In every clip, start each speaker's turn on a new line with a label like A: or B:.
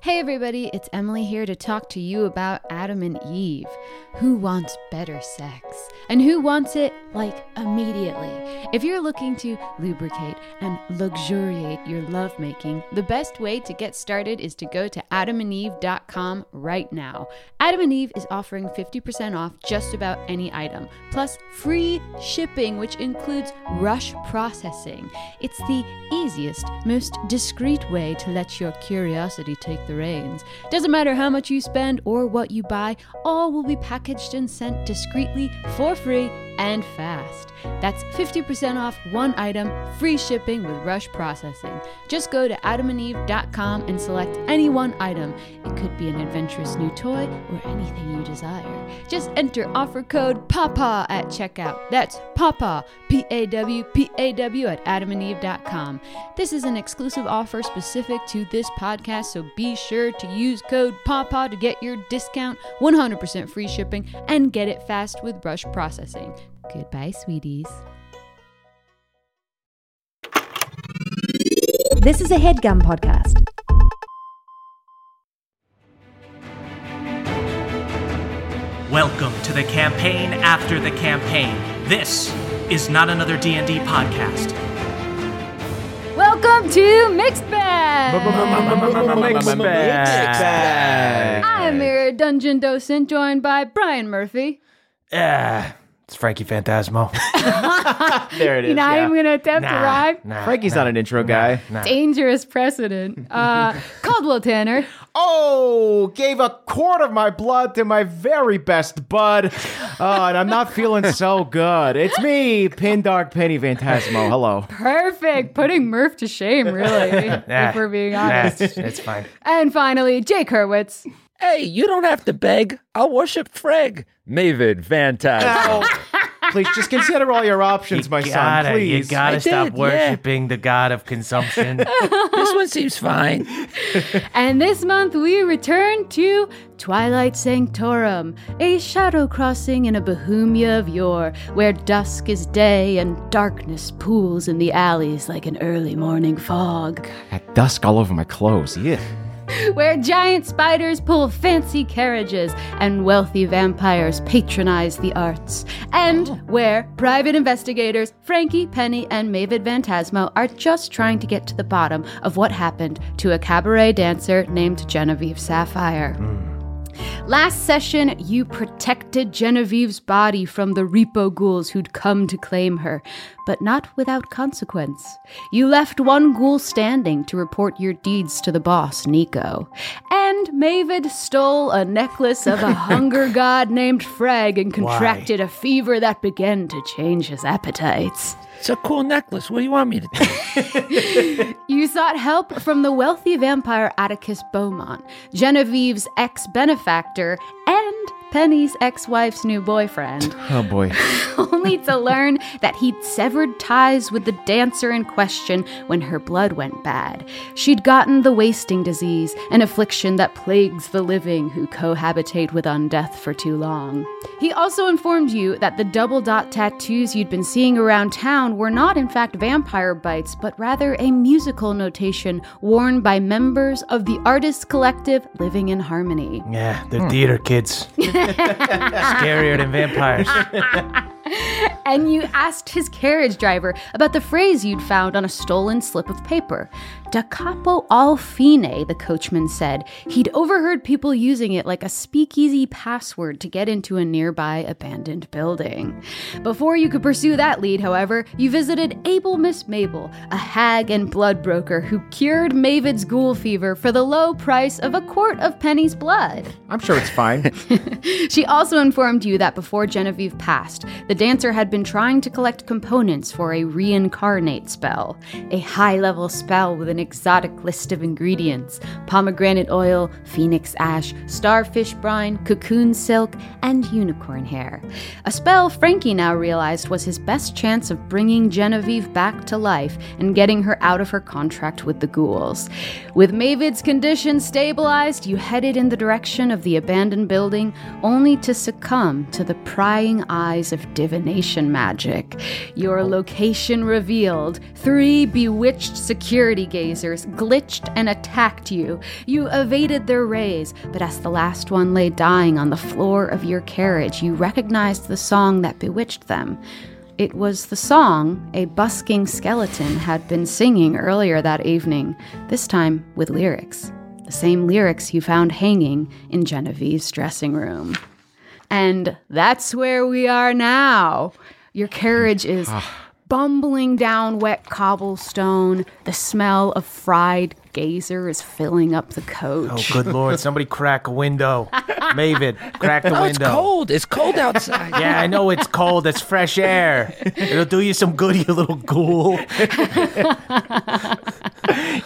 A: Hey everybody, it's Emily here to talk to you about Adam and Eve. Who wants better sex? And who wants it like immediately? If you're looking to lubricate and luxuriate your lovemaking, the best way to get started is to go to adamandeve.com right now. Adam and Eve is offering 50% off just about any item, plus free shipping, which includes rush processing. It's the easiest, most discreet way to let your curiosity take the reins. Doesn't matter how much you spend or what you buy, all will be packaged and sent discreetly for free and fast. That's 50% off one item, free shipping with rush processing. Just go to adamandeve.com and select any one item. It could be an adventurous new toy or anything you desire. Just enter offer code PAPA at checkout. That's PAPA, P A W P A W, at adamandeve.com. This is an exclusive offer specific to this podcast, so be sure to use code PAPA to get your discount, 100% free shipping, and get it fast with rush processing. Goodbye, sweeties.
B: This is a headgum podcast.
C: Welcome to the campaign after the campaign. This is not another D&D podcast.
A: Welcome to Mixed Bag!
D: Mixed bag.
A: I'm your dungeon docent, joined by Brian Murphy.
D: Ah, it's Frankie Phantasmo.
E: There it is.
A: Not
E: yeah.
A: even gonna attempt to rhyme.
D: Nah,
E: Frankie's not an intro guy.
A: Dangerous precedent. Uh, Caldwell Tanner.
E: Oh, gave a quart of my blood to my very best bud. Oh, and I'm not feeling so good. It's me, Pin Dark Penny Phantasmo. Hello.
A: Perfect. Putting Murph to shame, really, if we're being
D: nah,
A: honest.
D: it's, it's fine.
A: And finally, Jake Hurwitz.
F: Hey, you don't have to beg. I'll worship Freg. Mavid Fantastic.
E: Please just consider all your options, my
D: gotta,
E: son. Please.
D: You gotta
F: I
D: stop
F: did, yeah.
D: worshiping the god of consumption.
F: this one seems fine.
A: And this month we return to Twilight Sanctorum, a shadow crossing in a Bohemia of yore, where dusk is day and darkness pools in the alleys like an early morning fog.
E: At dusk all over my clothes. Yeah.
A: where giant spiders pull fancy carriages and wealthy vampires patronize the arts, and where private investigators Frankie, Penny, and Mavid Vantasmo are just trying to get to the bottom of what happened to a cabaret dancer named Genevieve Sapphire. Last session, you protected Genevieve's body from the repo ghouls who'd come to claim her, but not without consequence. You left one ghoul standing to report your deeds to the boss, Nico. And Mavid stole a necklace of a hunger god named Frag and contracted a fever that began to change his appetites.
F: It's a cool necklace. What do you want me to do?
A: You sought help from the wealthy vampire Atticus Beaumont, Genevieve's ex benefactor, and Penny's ex wife's new boyfriend,
E: Oh boy.
A: only to learn that he'd severed ties with the dancer in question when her blood went bad. She'd gotten the wasting disease, an affliction that plagues the living who cohabitate with undeath for too long. He also informed you that the double dot tattoos you'd been seeing around town were not, in fact, vampire bites, but rather a musical notation worn by members of the artist collective Living in Harmony.
D: yeah, they're theater kids. Scarier than vampires.
A: and you asked his carriage driver about the phrase you'd found on a stolen slip of paper. Da capo al fine, the coachman said. He'd overheard people using it like a speakeasy password to get into a nearby abandoned building. Before you could pursue that lead, however, you visited Able Miss Mabel, a hag and blood broker who cured Mavid's ghoul fever for the low price of a quart of Penny's blood.
E: I'm sure it's fine.
A: She also informed you that before Genevieve passed, the dancer had been trying to collect components for a reincarnate spell, a high level spell with an exotic list of ingredients pomegranate oil, phoenix ash, starfish brine, cocoon silk, and unicorn hair. A spell Frankie now realized was his best chance of bringing Genevieve back to life and getting her out of her contract with the ghouls. With Mavid's condition stabilized, you headed in the direction of the abandoned building, only to succumb to the prying eyes of divination
G: location magic. Your location revealed. Three bewitched security gazers glitched and attacked you. You evaded their rays, but as the last one lay dying on the floor of your carriage, you recognized the song that bewitched them. It was the song a busking skeleton had been singing earlier that evening, this time with lyrics. The same lyrics you found hanging in Genevieve's dressing room. And that's where we are now. Your carriage is bumbling down wet cobblestone. The smell of fried gazer is filling up the
D: Oh,
G: coach.
D: good lord! Somebody crack a window. Mavid, crack the
F: Oh, it's
D: window.
F: cold. It's cold outside.
D: Yeah, I know it's cold. It's fresh air. It'll do you some good, you little ghoul.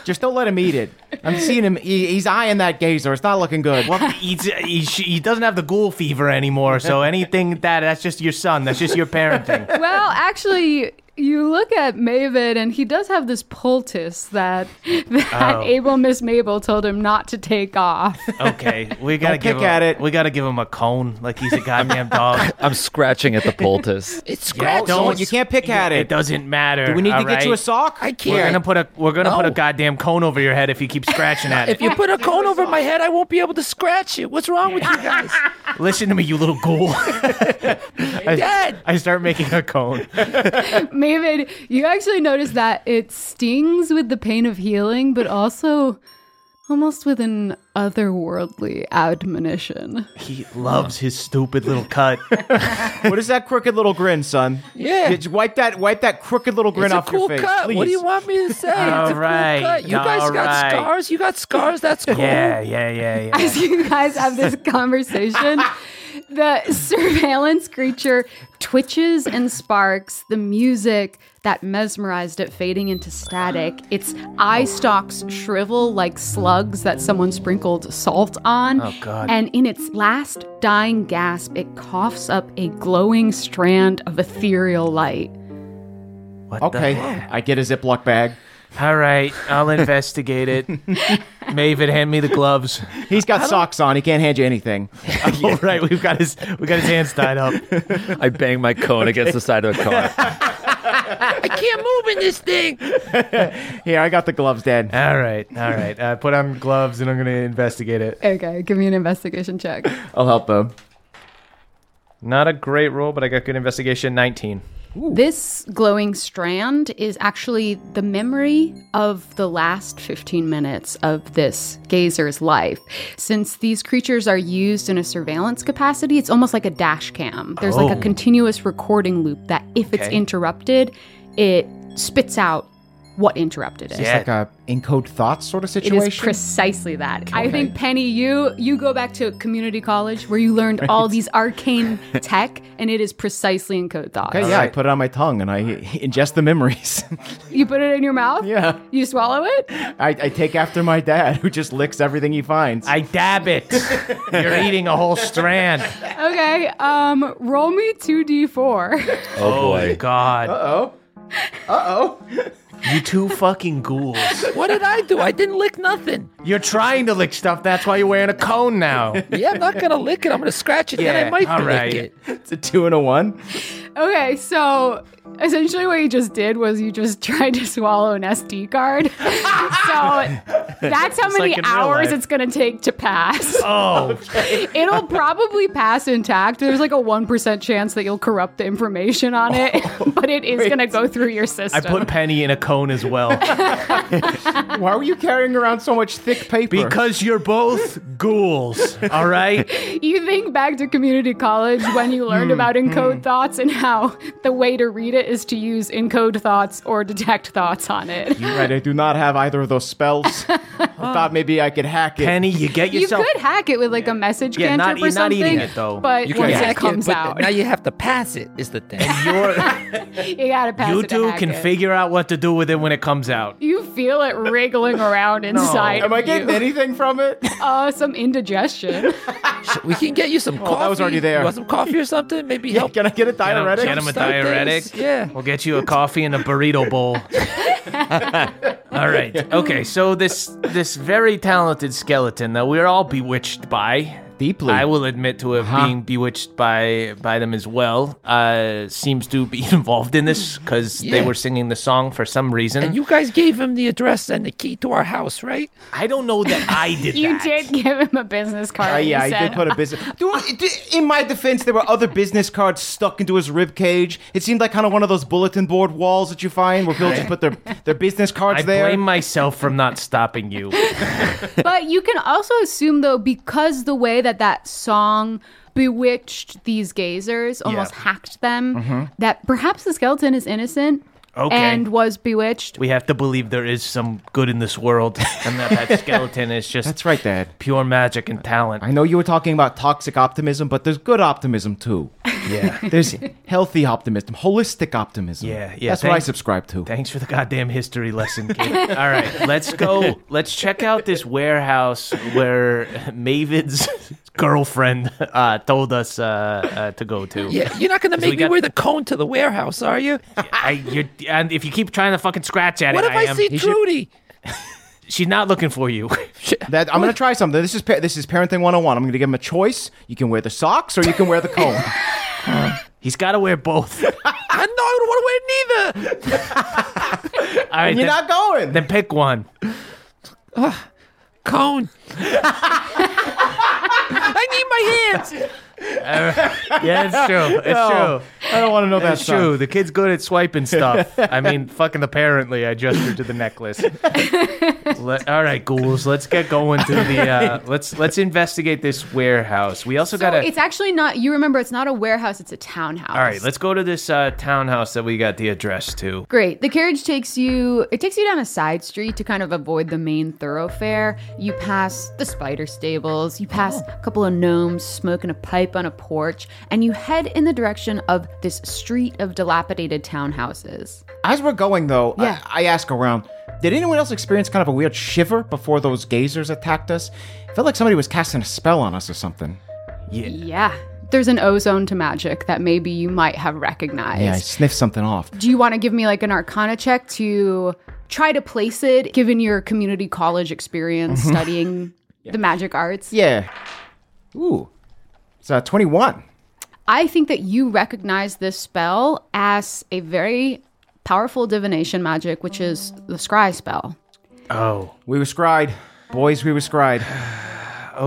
H: Just don't let him eat it. I'm seeing him. He, he's eyeing that gazer. It's not looking good.
D: Well, he's, he, sh- he doesn't have the ghoul fever anymore. So anything that that's just your son. That's just your parenting.
G: well, actually, you look at Maven, and he does have this poultice that that
D: Oh.
G: able Miss Mabel told him not to take off.
D: Okay, we gotta
H: Don't
D: give
H: kick
D: him,
H: at it.
D: We gotta give him a cone like he's a goddamn dog.
F: I'm scratching at the poultice. It's
D: Yeah,
F: scratching.
H: don't. You can't pick at
D: It
H: it.
D: doesn't matter.
H: Do we need to
D: all
H: get you a
D: right?
H: sock?
F: I
D: We're
F: can't.
D: gonna put a we're gonna put a
F: No.
D: goddamn cone over your head if you keep scratching at
F: if
D: it.
F: you put a cone over my head, I won't be able to scratch it. What's wrong with you guys?
D: Listen to me, you little ghoul.
F: Dad.
D: I start making a cone.
G: Maven, you actually notice that it stings with the pain of healing, but also almost with an otherworldly admonition.
D: He loves his stupid little cut.
H: What is that crooked little grin, son?
F: Yeah.
H: Just wipe that wipe that crooked little grin
F: It's a
H: off
F: cool
H: your face.
F: cut. What do you
H: please.
F: want me to say?
D: All
F: it's a cool
D: right,
F: cut. You guys
D: all
F: got
D: right.
F: scars. You got scars. That's cool.
D: Yeah, yeah, yeah, yeah.
G: As you guys have this conversation, the surveillance creature twitches and sparks, the music that mesmerized it fading into static. Its eye stalks shrivel like slugs that someone sprinkled salt on. Oh,
D: God.
G: And in its last dying gasp, it coughs up a glowing strand of ethereal light.
D: What the
H: Okay,
D: heck?
H: I get a Ziploc bag.
D: All right, I'll investigate it. Maven, hand me the gloves.
H: He's got socks on. He can't hand you anything.
D: All right, we've got his we got his hands tied up.
F: I bang my cone against the side of the car. I can't move in this thing.
H: Here, I got the gloves, Dad.
D: All right, all right. Uh, put on gloves and I'm gonna investigate it.
G: Okay, give me an investigation check.
H: I'll help him.
D: Not a great roll, but I got good investigation. Nineteen.
G: This glowing strand is actually the memory of the last 15 minutes of this gazer's life. Since these creatures are used in a surveillance capacity, it's almost like a dash cam. There's
H: Oh.
G: like a continuous recording loop that, if it's interrupted, it spits out what interrupted it.
H: It's like a encode thoughts sort of
G: It
H: situation.
G: is precisely that. I think Penny, you you go back to community college where you learned all these arcane tech, and it is precisely in code thoughts.
H: Okay, yeah, I put it on my tongue and I ingest the memories.
G: You put it in your mouth.
H: yeah,
G: You swallow it?
H: I, I take after my dad, who just licks everything he finds.
D: I dab it. You're eating a whole strand.
G: Okay. Um, roll me two d four.
F: Oh boy.
D: God. Uh oh. Uh oh. You two fucking ghouls.
F: What did I do? I didn't lick nothing.
D: You're trying to lick stuff. That's why you're wearing a cone now.
F: Yeah, I'm not gonna lick it. I'm gonna scratch it. then
D: Yeah,
F: I might
D: all
F: lick
D: right.
F: it.
H: it's a two and a one.
G: Okay, so essentially what you just did was you just tried to swallow an SD card. so that's how many
D: like in real
G: hours
D: life.
G: it's gonna take to pass.
D: Oh,
G: It'll probably pass intact. There's like a one percent chance that you'll corrupt the information on it, but it is gonna go through your
D: I
G: system.
D: put Penny in a cone as well
H: Why were you carrying around so much thick paper?
D: because you're both ghouls. All right.
G: you think back to community college when you learned
D: Hmm,
G: about encode thoughts and how the way to read it is to use encode thoughts or detect thoughts on it.
H: You're right, I do not have either of those spells. I thought maybe I could hack it.
D: Penny, you get
G: You
D: yourself.
G: could hack it with like a message
D: Yeah, not-
G: cantrip or
D: you're not
G: something,
D: eating it, though.
G: but
F: You can
G: once
F: hack
G: it comes
F: it, but
G: out,
F: now you have to pass it. Is the thing.
G: you gotta pass
D: you
G: it. to
D: two
G: hack
D: can
G: it.
D: figure out what to do with it when it comes out.
G: You feel it wriggling around inside.
H: Am I
G: of
H: getting
G: you.
H: anything from it?
G: Uh, some indigestion.
F: we can get you some coffee.
H: Oh, that was already there.
F: You want some coffee or something? Maybe help.
H: Can I get a
D: Get him-
H: diuretic?
D: Get him a
F: Start this.
D: diuretic.
F: Yeah.
D: We'll get you a coffee and a burrito bowl. all right. Okay. So this this very talented skeleton that we're all bewitched by
H: deeply.
D: I will admit to have being bewitched by by them as well. Uh, seems to be involved in this because they
F: Yeah.
D: were singing the song for some reason.
F: And you guys gave him the address and the key to our house, right?
D: I don't know that I did.
G: You
D: that.
G: did give him a business card.
H: Uh, yeah,
G: you
H: I
G: said,
H: did put a business. Dude, it- in my defense, there were other business cards stuck into his rib cage. It seemed like kind of one of those bulletin board walls that you find where people just put their, their business cards
D: I
H: there.
D: blame myself for not stopping you.
G: But you can also assume, though, because the way that that song bewitched these gazers, almost hacked them, that perhaps the skeleton is innocent
D: Mm-hmm. Okay.
G: and was bewitched.
D: we have to believe there is some good in this world, and that that skeleton is just
H: That's right, Dad.
D: pure magic and talent.
H: I know you were talking about toxic optimism, but there's good optimism too.
D: yeah.
H: There's healthy optimism, holistic optimism.
D: Yeah, yeah,
H: That's what I
D: thank-
H: subscribe to.
D: Thanks for the goddamn history lesson, kid. All right, let's go. Let's check out this warehouse where Mavid's girlfriend uh, told us uh, uh, to go to.
F: Yeah, you're not gonna make
D: we
F: me
D: got-
F: wear the cone to the warehouse, are you?
D: I, you're, and if you keep trying to fucking scratch at
F: What
D: it,
F: if I,
D: am,
F: see
D: you should-
F: Trudy?
D: she's not looking for you.
H: That I'm gonna try something. This is pa- this is parenting 101. I'm gonna give him a choice. You can wear the socks or you can wear the cone.
D: He's got to wear both. All
F: I know I don't want to wear neither.
D: right,
H: You're
D: then,
H: not going.
D: then pick one.
F: Cone. I need my hands.
D: Yeah, it's true. It's
H: No,
D: true.
H: I don't want to know that.
D: That's
H: son.
D: true. The kid's good at swiping stuff. I mean, fucking apparently, I gestured to the necklace. Let- all right, ghouls, let's get going to the. Uh, let's let's investigate this warehouse. We also
G: So
D: got to.
G: it's actually not, you remember, it's not a warehouse, it's a townhouse.
D: All right, let's go to this uh, townhouse that we got the address to.
G: Great. The carriage takes you it takes you down a side street to kind of avoid the main thoroughfare. You pass the spider stables, you pass
D: Oh.
G: a couple of gnomes smoking a pipe on a porch, and you head in the direction of this street of dilapidated townhouses.
H: As we're going though,
G: Yeah.
H: I, I ask around. Did anyone else experience kind of a weird shiver before those gazers attacked us? Felt like somebody was casting a spell on us or something.
G: Yeah. There's an ozone to magic that maybe you might have recognized.
H: Yeah, I sniffed something off.
G: Do you want to give me like an arcana check to try to place it given your community college experience
H: Mm-hmm.
G: studying the magic arts?
H: Yeah. Ooh. It's uh, 21.
G: I think that you recognize this spell as a very powerful divination magic, which is the scry spell,
D: Oh,
H: We were scried. Boys, we were scried.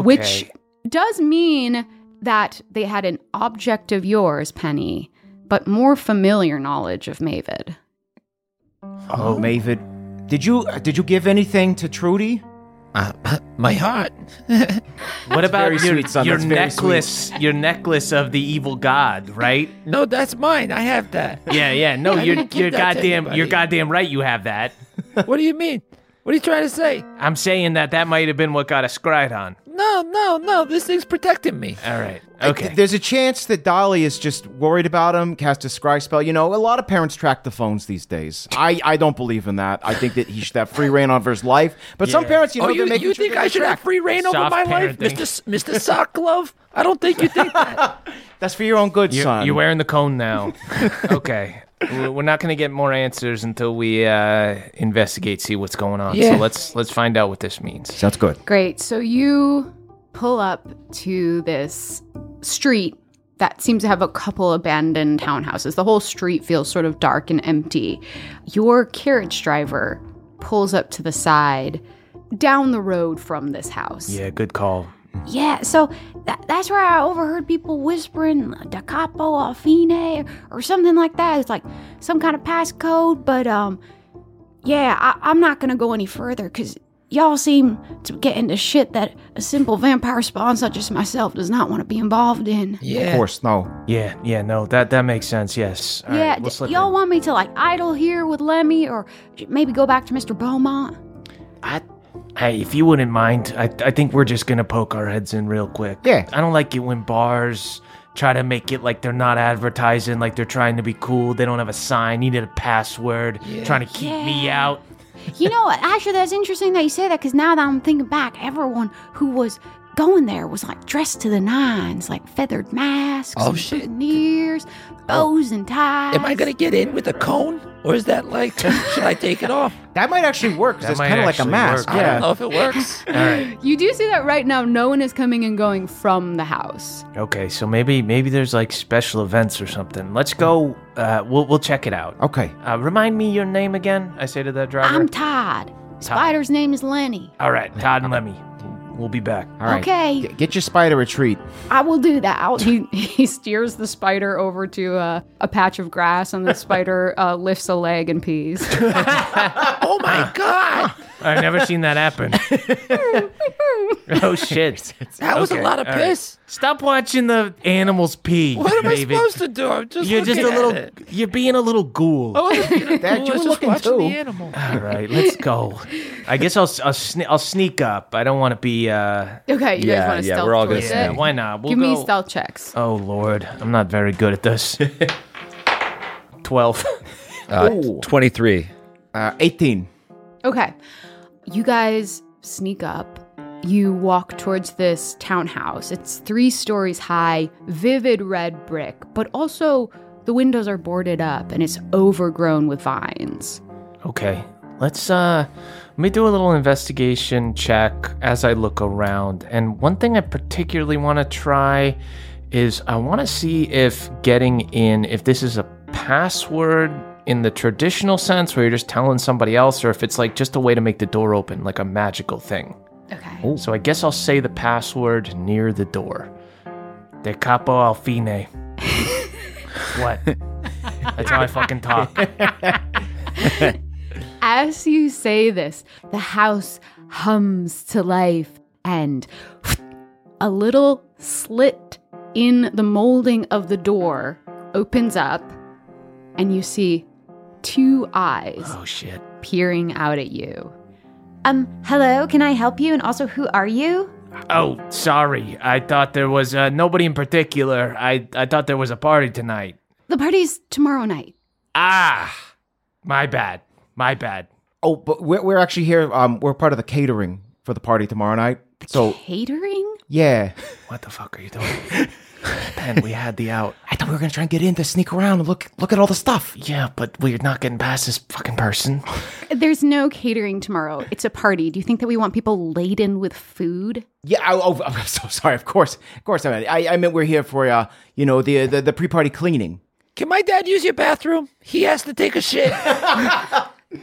G: which does mean that they had an object of yours, Penny, but more familiar knowledge of Mavid.
H: Oh, Mavid. Did you uh, did you give anything to Trudy?
F: Uh, my heart.
D: what about
H: very
D: your,
H: sweet, son.
D: your
H: That's very
D: necklace? Your necklace of the evil god, right?
F: No, that's mine. I have that.
D: Yeah, yeah. No,
F: I
D: you're
F: didn't give
D: you're
F: that to
D: goddamn
F: anybody.
D: you're goddamn right. You have that.
F: What do you mean? What are you trying to say?
D: I'm saying that that might have been what got us scried on.
F: No, no, no. This thing's protecting me.
D: All right. Okay.
H: There's a chance that Dolly is just worried about him, cast a scry spell. You know, a lot of parents track the phones these days. I, I don't believe in that. I think that he should have free reign over his life. But some parents, you know,
F: oh, you,
H: they're making
F: you
H: sure
F: think
H: they
F: I should have
H: track.
F: free reign over
D: Soft
F: my
D: parenting.
F: life, Mr. S- Mr. Sock Glove? I don't think you think that.
H: That's for your own good,
D: You're,
H: son.
D: you're wearing the cone now. okay. We're we're not going to get more answers until we uh, investigate, see what's going on.
F: Yeah.
D: So let's let's find out what this means.
H: Sounds good.
G: Great. So you pull up to this street that seems to have a couple abandoned townhouses. The whole street feels sort of dark and empty. Your carriage driver pulls up to the side down the road from this house.
D: Yeah, good call.
I: Yeah, so tha- that's where I overheard people whispering da capo a fine or something like that. It's like some kind of passcode, but um, yeah, I- I'm not gonna go any further because y'all seem to get into shit that a simple vampire spawn such as myself does not want to be involved in.
F: Yeah.
H: Of course, no.
D: Yeah, yeah, no, that that makes sense. Yes. All right,
I: yeah,
D: we'll
I: d-
D: slip
I: y'all
D: in.
I: want me to like idle here with Lemmy or j- maybe go back to Mr. Beaumont?
D: I, hey, if you wouldn't mind, I I think we're just gonna poke our heads in real quick.
H: Yeah.
D: I don't like it when bars try to make it like they're not advertising, like they're trying to be cool. They don't have a sign, needed a password, trying to keep me
I: Yeah.
D: out.
I: You know, what? actually, that's interesting that you say that because now that I'm thinking back, everyone who was
J: going there was like dressed to the nines, like feathered masks,
F: Oh,
J: and
F: shit. Oh.
J: Boutonnieres, bows and ties.
F: Am I gonna get in with a cone, or is that like should I take it off?
E: That might actually work
D: That
E: because it's
D: might
E: kind of like a
D: actually
E: mask.
D: work.
F: I don't know
E: Yeah.
F: if it works.
D: All right.
G: You do see that right now, no one is coming and going from the house.
D: Okay, so maybe maybe there's like special events or something. Let's go. Uh, we'll we'll check it out.
E: Okay.
D: Uh, remind me your name again. I say to that driver.
J: I'm Todd. Spider's name is Lenny.
D: All right, Todd and Lemmy. We'll be back.
E: All right.
J: Okay.
E: G- get your spider retreat.
J: I will do that. I'll,
G: He, he steers the spider over to uh, a patch of grass, and the spider uh, lifts a leg and pees.
F: Oh my god,
D: I've never seen that happen. oh shit!
F: that was
D: Okay,
F: a lot of
D: all right.
F: piss.
D: Stop watching the animals pee.
F: What am I
D: David.
F: supposed to do? I'm just
D: You're just a
F: looking at Oh.
D: little.
F: it.
D: You're being a little ghoul.
F: I wasn't being a
E: Dad,
F: fool,
E: you
F: I was just
E: were looking
F: watching
E: too.
F: the animal.
D: All right, let's go. I guess I'll I'll, sne- I'll sneak up. I don't want to be. uh
G: Okay, you
F: Yeah,
G: guys want to
F: yeah,
G: stealth
F: we're all
G: towards
F: gonna
G: it?
F: Yeah.
D: Yeah, why not? We'll
G: Give me
D: go-
G: stealth checks.
D: Oh lord, I'm not very good at this. Twelve.
F: Uh, Twenty-three.
E: Uh, 18.
G: Okay. You guys sneak up. You walk towards this townhouse. It's three stories high, vivid red brick, but also the windows are boarded up and it's overgrown with vines.
D: Okay, let's uh, let me do a little investigation check as I look around. And one thing I particularly want to try is I want to see if getting in, if this is a password in the traditional sense where you're just telling somebody else, or if it's like just a way to make the door open, like a magical thing.
G: Okay.
D: So I guess I'll say the password near the door. De capo al fine. what? That's how I fucking talk.
G: As you say this, the house hums to life and a little slit in the molding of the door opens up and you see two eyes
D: Oh shit.
G: peering out at you.
B: Um, hello, can I help you? And also, who are you?
D: Oh, sorry. I thought there was uh, nobody in particular. I, I thought there was a party tonight.
G: The party's tomorrow night.
D: Ah, my bad. My bad.
E: Oh, but we're, we're actually here. Um, we're part of the catering for the party tomorrow night. So,
G: Catering?
E: yeah.
D: What the fuck are you doing? Ben, we had the out.
E: I thought we were going to try and get in to sneak around and look look at all the stuff.
D: Yeah, but we're not getting past this fucking person.
G: There's no catering tomorrow. It's a party. Do you think that we want people laden with food?
E: Yeah, I, oh, I'm so sorry. Of course. Of course. I meant, I, I meant we're here for, uh, you know, the, the, the pre party cleaning.
F: Can my dad use your bathroom? He has to take a shit.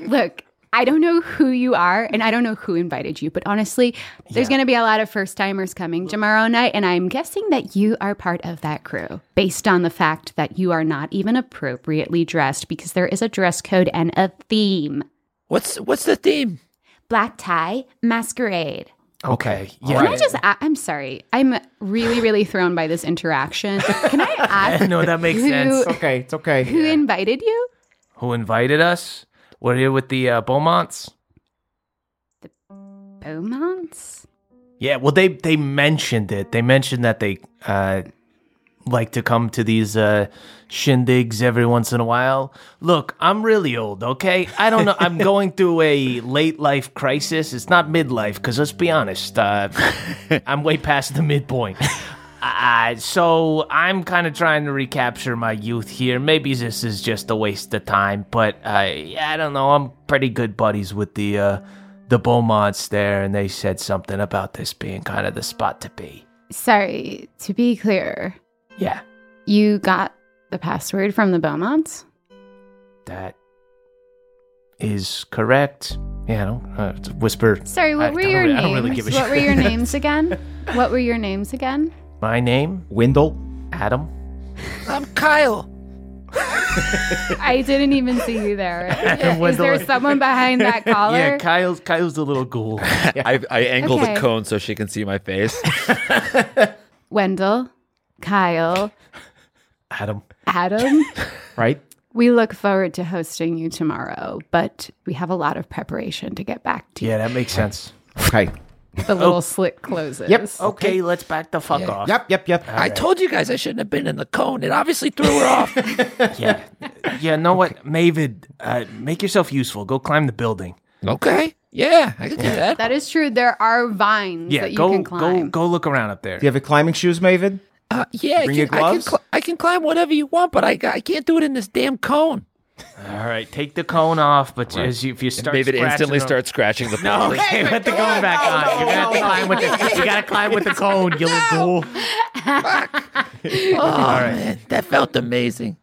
G: Look, I don't know who you are and I don't know who invited you, but honestly, there's going to be a lot of first timers coming tomorrow night, and I'm guessing that you are part of that crew based on the fact that you are not even appropriately dressed because there is a dress code and a theme
F: What's what's the theme?
G: black tie, masquerade.
D: Okay. Yeah.
G: Can I just? A- I'm sorry. I'm really, really thrown by this interaction. Can I ask?
D: No, that makes
G: who,
D: sense.
E: It's okay. It's okay.
G: Who invited you?
D: Who invited us? We're here with the uh, Beaumonts.
G: Beaumonts.
D: Yeah, well, they they mentioned it. They mentioned that they uh, like to come to these uh, shindigs every once in a while. Look, I'm really old, okay? I don't know. I'm going through a late life crisis. It's not midlife, because let's be honest, uh, I'm way past the midpoint. Uh, so I'm kind of trying to recapture my youth here. Maybe this is just a waste of time, but uh, yeah, I don't know. I'm pretty good buddies with the uh, the Beaumonts there, and they said something about this being kind of the spot to be.
G: Sorry. To be clear,
D: Yeah,
G: you got the password from the Beaumonts.
D: that is correct. Yeah, I don't uh, it's a whisper.
G: Sorry.
D: I-
G: What
D: I
G: were
D: don't
G: your
D: really- I
G: names?
D: don't really give a
G: what
D: shit.
G: were your names again? What were your names again?
D: My name,
E: Wendell?
D: Adam.
F: I'm Kyle.
G: I didn't even see you there. Is
D: Wendell-
G: there someone behind that collar?
D: yeah, Kyle's Kyle's the little ghoul.
F: I, I angle
G: Okay.
F: the cone so she can see my face.
G: Wendell, Kyle,
D: Adam.
G: Adam.
E: Right?
G: We look forward to hosting you tomorrow, but we have a lot of preparation to get back to.
D: Yeah, that makes sense.
E: Okay.
G: The
D: Oh.
G: little slit closes.
E: Yep.
D: Okay, let's back the fuck off.
E: Yep, yep, yep.
F: I told you guys I shouldn't have been in the cone. It obviously threw her off.
D: Yeah. Yeah, know what? Mavid, uh, make yourself useful. Go climb the building.
F: okay. Yeah, I could do that.
G: That is true. There are vines
D: Yeah,
G: that you
D: go
G: can
D: go
G: climb.
D: go look around up there.
E: Do you have your climbing shoes, Maven?
F: Uh, yeah,
E: Bring
F: I
E: your
F: can, I, can
E: gloves?
F: cli- I can climb whatever you want, but I, I can't do it in this damn cone.
D: All right, take the cone off, but as you, if you start,
F: David
D: scratching
F: instantly
D: them-
F: starts scratching the
D: No,
F: pole.
D: okay, put the cone back on. You're gonna have to climb with the. You gotta climb with the cone, you little fool.
F: Oh, man, that felt amazing.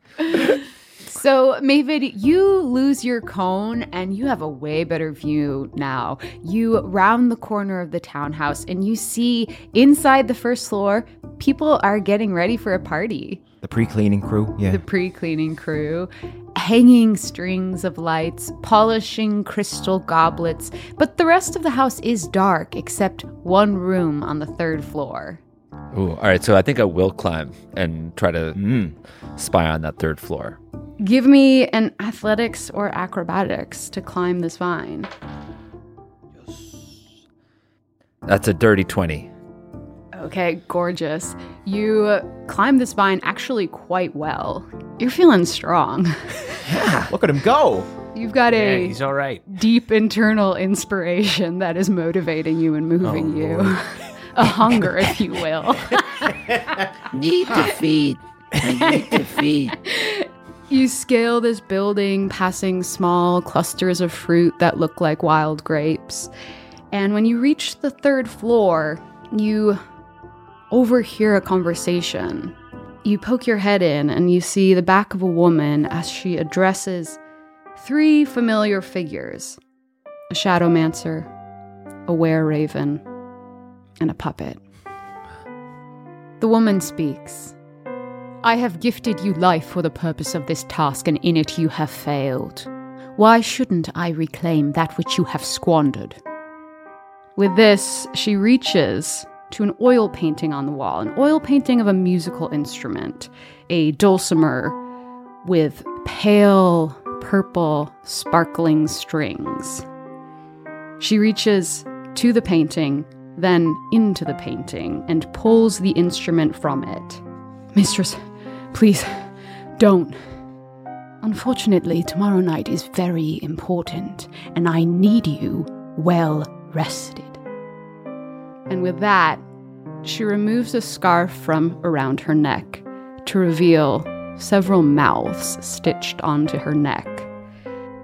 G: So, Mavid, you lose your cone and you have a way better view now. You round the corner of the townhouse and you see inside the first floor, people are getting ready for a party.
E: The pre-cleaning crew. Yeah.
G: the pre cleaning crew, hanging strings of lights, polishing crystal goblets, but the rest of the house is dark except one room on the third floor.
F: Ooh, all right, so I think I will climb and try to
E: Mm.
F: spy on that third floor.
G: Give me an athletics or acrobatics to climb this vine.
F: That's a dirty 20.
G: Okay, gorgeous. You climb this vine actually quite well. You're feeling strong.
E: Look at him go.
G: You've got
D: Yeah,
G: a
D: he's all right.
G: deep internal inspiration that is motivating you and
D: Oh,
G: moving you. a hunger, if you will.
F: Need to feed. need to feed.
G: You scale this building, passing small clusters of fruit that look like wild grapes. And when you reach the third floor, you overhear a conversation. You poke your head in and you see the back of a woman as she addresses three familiar figures a shadowmancer, a were raven, and a puppet. The woman speaks. I have gifted you life for the purpose of this task, and in it you have failed. Why shouldn't I reclaim that which you have squandered? With this, she reaches to an oil painting on the wall, an oil painting of a musical instrument, a dulcimer with pale purple sparkling strings. She reaches to the painting, then into the painting, and pulls the instrument from it. Mistress, please, don't. Unfortunately, tomorrow night is very important, and I need you well rested. And with that, she removes a scarf from around her neck to reveal several mouths stitched onto her neck.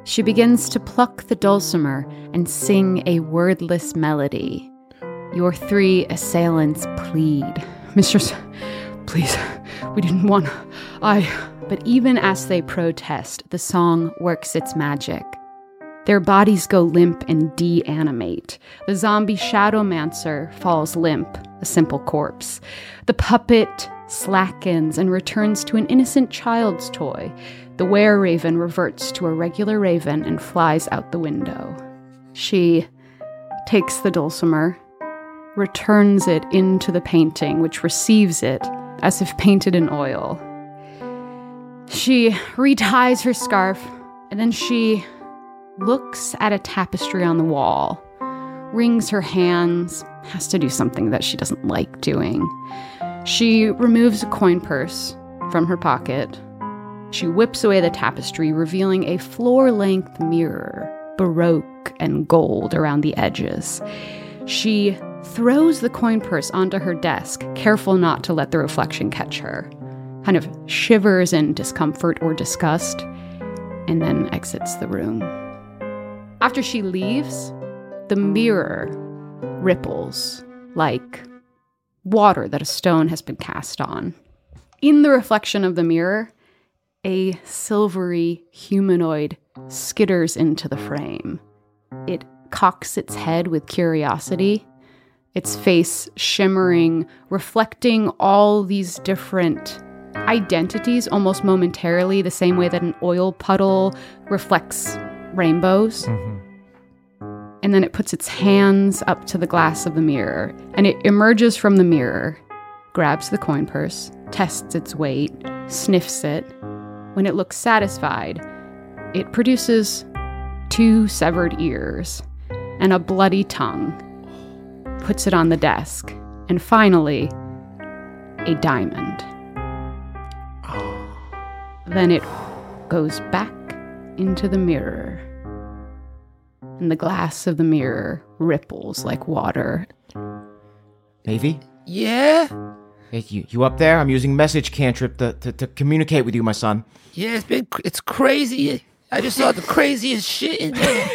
G: She begins to pluck the dulcimer and sing a wordless melody. Your three assailants plead. Mistress, please, we didn't want. I. But even as they protest, the song works its magic. Their bodies go limp and deanimate. The zombie shadowmancer falls limp, a simple corpse. The puppet slackens and returns to an innocent child's toy. The were raven reverts to a regular raven and flies out the window. She takes the dulcimer returns it into the painting, which receives it as if painted in oil. She reties her scarf and then she looks at a tapestry on the wall, wrings her hands, has to do something that she doesn't like doing. She removes a coin purse from her pocket. She whips away the tapestry, revealing a floor length mirror, baroque and gold around the edges. She throws the coin purse onto her desk, careful not to let the reflection catch her, kind of shivers in discomfort or disgust, and then exits the room. After she leaves, the mirror ripples like water that a stone has been cast on. In the reflection of the mirror, a silvery humanoid skitters into the frame. It cocks its head with curiosity, its face shimmering, reflecting all these different identities almost momentarily, the same way that an oil puddle reflects rainbows. And then it puts its hands up to the glass of the mirror and it emerges from the mirror, grabs the coin purse, tests its weight, sniffs it. When it looks satisfied, it produces two severed ears, and a bloody tongue. Puts it on the desk, and finally, a diamond. Then it goes back into the mirror. and the glass of the mirror ripples like water.
H: Navy?
F: Yeah?
H: Hey, you, you up there? I'm using message cantrip to, to, to communicate with you, my son.
F: Yeah, it's been, cr- it's crazy. I just saw the craziest shit in there.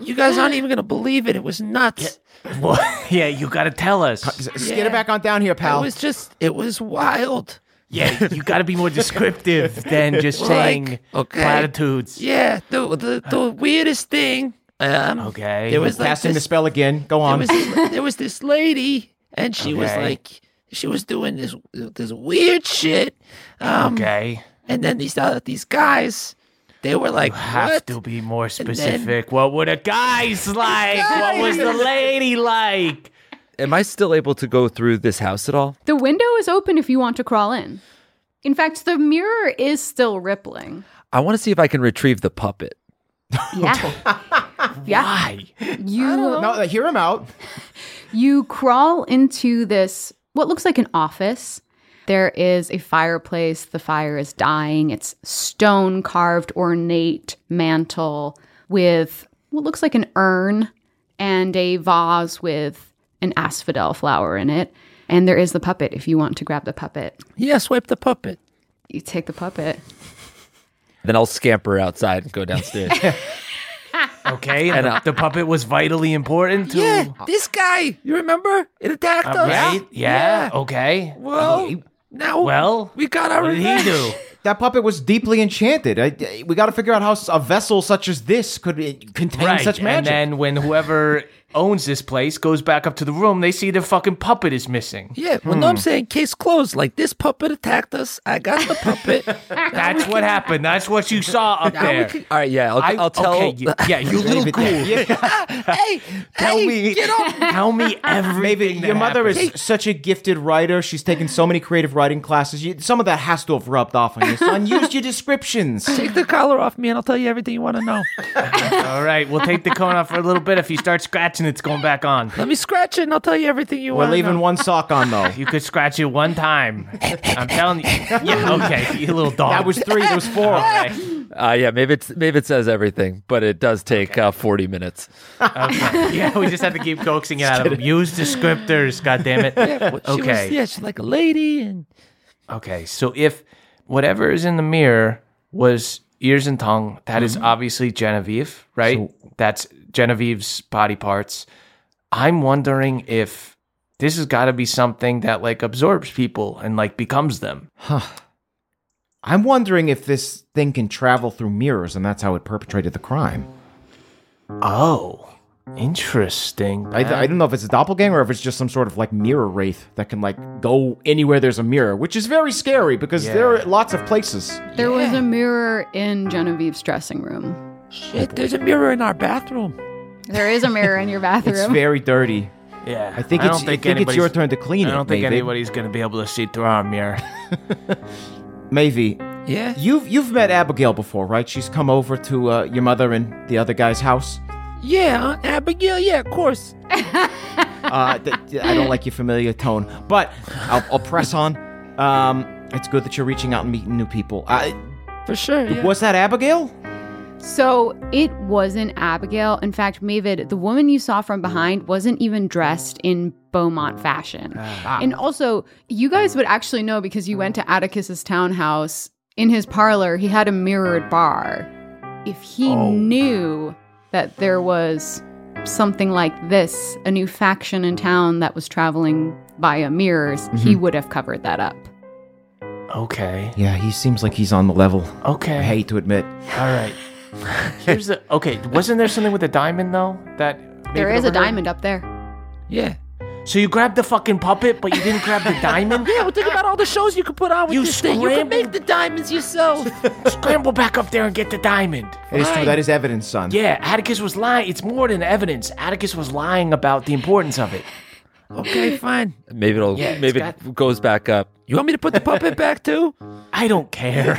F: you guys aren't even going to believe it. It was nuts.
D: Well, yeah, you gotta tell us.
H: S- Skitter back on down here,
F: It
H: pal.
F: was just, it was wild.
D: Yeah, you gotta be more descriptive than just
F: Like,
D: saying
F: okay.
D: platitudes.
F: Yeah, the, the, the weirdest thing. Um,
D: Okay.
F: There was like
H: Casting the
F: this-
H: spell again. Go on.
F: there was there was this lady, and she was
D: Okay.
F: like, she was doing this this weird shit. Um,
D: Okay.
F: And then these uh, these guys, they were like,
D: Have
F: what?
D: to be more specific. What were the guys like? What was the
F: guys!
D: lady like?
K: Am I still able to go through this house at all?
G: The window is open if you want to crawl in. In fact, the mirror is still rippling.
K: I want to see if I can retrieve the puppet.
G: Yeah. yeah.
D: Why?
G: You
H: no, hear him out.
G: you crawl into this what looks like an office. There is a fireplace. The fire is dying. It's stone carved ornate mantle with what looks like an urn and a vase with an asphodel flower in it. And there is the puppet if you want to grab the puppet.
F: Yeah, swipe the puppet.
G: You take the puppet.
K: Then I'll scamper outside and go downstairs.
D: Okay, and the puppet was vitally important to.
F: Yeah, this guy, you remember? It attacked us.
D: Uh, Right? Yeah. Okay.
F: Well, now
D: Well,
F: we got our
D: What did
F: revenge.
D: he do?
H: That puppet was deeply enchanted. I, I- we got to figure out how s- a vessel such as this could uh, contain
D: Right.
H: such magic.
D: And then when whoever owns this place goes back up to the room, they see their fucking puppet is missing.
F: Yeah, well,
D: Hmm.
F: no, I'm saying case closed. Like this puppet attacked us. I got the puppet.
D: That's what happened. That's what you saw up
F: Now we
D: there.
F: can,
K: all right, yeah, I'll,
D: I,
K: will tell.
D: Okay, you, yeah, you little ghoul.
F: hey,
D: Tell
F: hey,
D: me.
F: get up.
D: Tell me everything.
H: Maybe
D: that
H: your mother
D: happened.
H: is such a gifted writer. She's taken so many creative writing classes. You, some of that has to have rubbed off on you. Son, use your descriptions.
F: Take the collar off me, and I'll tell you everything you want to know.
D: All right, we'll take the cone off for a little bit. If you start scratching, it's going back on.
F: Let me scratch it, and I'll tell you everything you
H: We're
F: want.
H: leaving one sock on though.
D: You could scratch it one time. I'm telling you. Yeah, okay, you little dog.
H: That was three. There was four.
D: Okay.
K: Uh, yeah, maybe it's maybe it says everything, but it does take uh, forty minutes.
D: okay. Yeah, we just have to keep coaxing it out of him. Use descriptors,
F: Yeah,
D: goddammit.
F: well, she
D: Okay.
F: was, yeah, she's like a lady, and
D: Okay, so if whatever is in the mirror was ears and tongue, that is
H: Mm-hmm.
D: obviously Genevieve, right? That's Genevieve's body parts. I'm wondering if this has got to be something that like absorbs people and like becomes them.
H: I'm wondering if this thing can travel through mirrors, and that's how it perpetrated the crime.
D: Oh, interesting.
H: I, I don't know if it's a doppelganger or if it's just some sort of like mirror wraith that can like go anywhere there's a mirror, which is very scary because there are lots of places.
G: There was a mirror in Genevieve's dressing room.
F: shit, there's a mirror in our bathroom.
G: There is a mirror in your
H: It's
G: bathroom.
H: very dirty.
D: yeah,
H: I think it's-
D: don't
H: I think it's your
D: anybody's-
H: turn to clean
D: I
H: it,
D: don't think
H: David.
D: anybody's gonna be able to see through our mirror.
H: Maybe
F: Yeah,
H: you've you've met Abigail before, right? She's come over to uh, your mother and the other guy's house.
F: yeah, Aunt Abigail. Yeah, of course.
H: Uh, th- th- I don't like your familiar tone, but I'll, I'll press on. Um, it's good that you're reaching out and meeting new people. Uh,
F: For sure. Yeah.
H: Was that Abigail?
G: So it wasn't Abigail. In fact, Mavid, the woman you saw from behind wasn't even dressed in Beaumont fashion.
H: Ah.
G: And also, you guys would actually know because you went to Atticus's townhouse. In his parlor, he had a mirrored bar. If he knew that there was something like this, a new faction in town that was traveling via mirrors, he would have covered that up.
D: okay,
H: Yeah, he seems like he's on the level.
D: okay.
H: I hate to admit.
D: all right. Here's the okay. Wasn't there something with a diamond though? That
G: There
D: David
G: is a
D: overheard?
G: diamond up there.
F: yeah.
D: So you grabbed the fucking puppet, but you didn't grab the diamond?
F: Yeah, well, think about all the shows you could put on with
D: You
F: this thing. You can
D: scrambled-
F: make the diamonds yourself.
D: Scramble back up there and get the diamond.
H: It is true.
F: Fine.
H: That is evidence, son.
D: Yeah, Atticus was lying. It's more than evidence. Atticus was lying about the importance of it.
F: okay, fine.
K: Maybe it'll
D: Yeah, it's
K: maybe it
D: got-
K: goes back up.
F: You want me to put the puppet back too?
D: I don't care.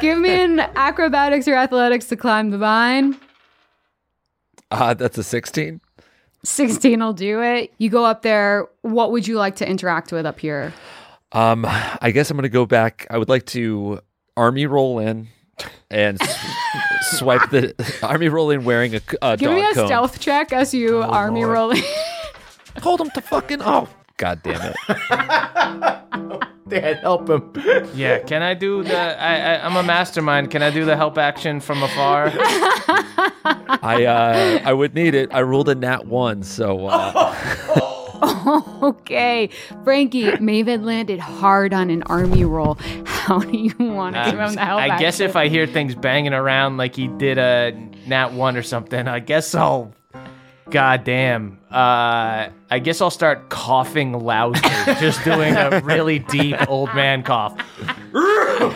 G: Give me an acrobatics or athletics to climb the vine.
F: Uh,
K: Ah, that's a sixteen.
G: 16 will do it. You go up there. What would you like to interact with up here?
K: Um, I guess I'm gonna go back. I would like to army roll in
F: and s- swipe the army rolling wearing a, c- a
G: Give
F: dog
G: me a
F: cone.
G: stealth check as you army
F: Lord.
G: rolling.
F: Hold him to fucking oh. God damn it.
H: Dad, help him.
D: Yeah, can I do the? I, I, I'm a mastermind. Can I do the help action from afar?
F: I uh, I would need it. I rolled a nat one, so uh,
G: okay, Frankie, Maven landed hard on an army roll. How do you want to give him the help?
D: I guess
G: action?
D: if I hear things banging around like he did a nat one or something, I guess I'll. God damn. Uh, I guess I'll start coughing loudly, just doing a really deep old man cough. I'll,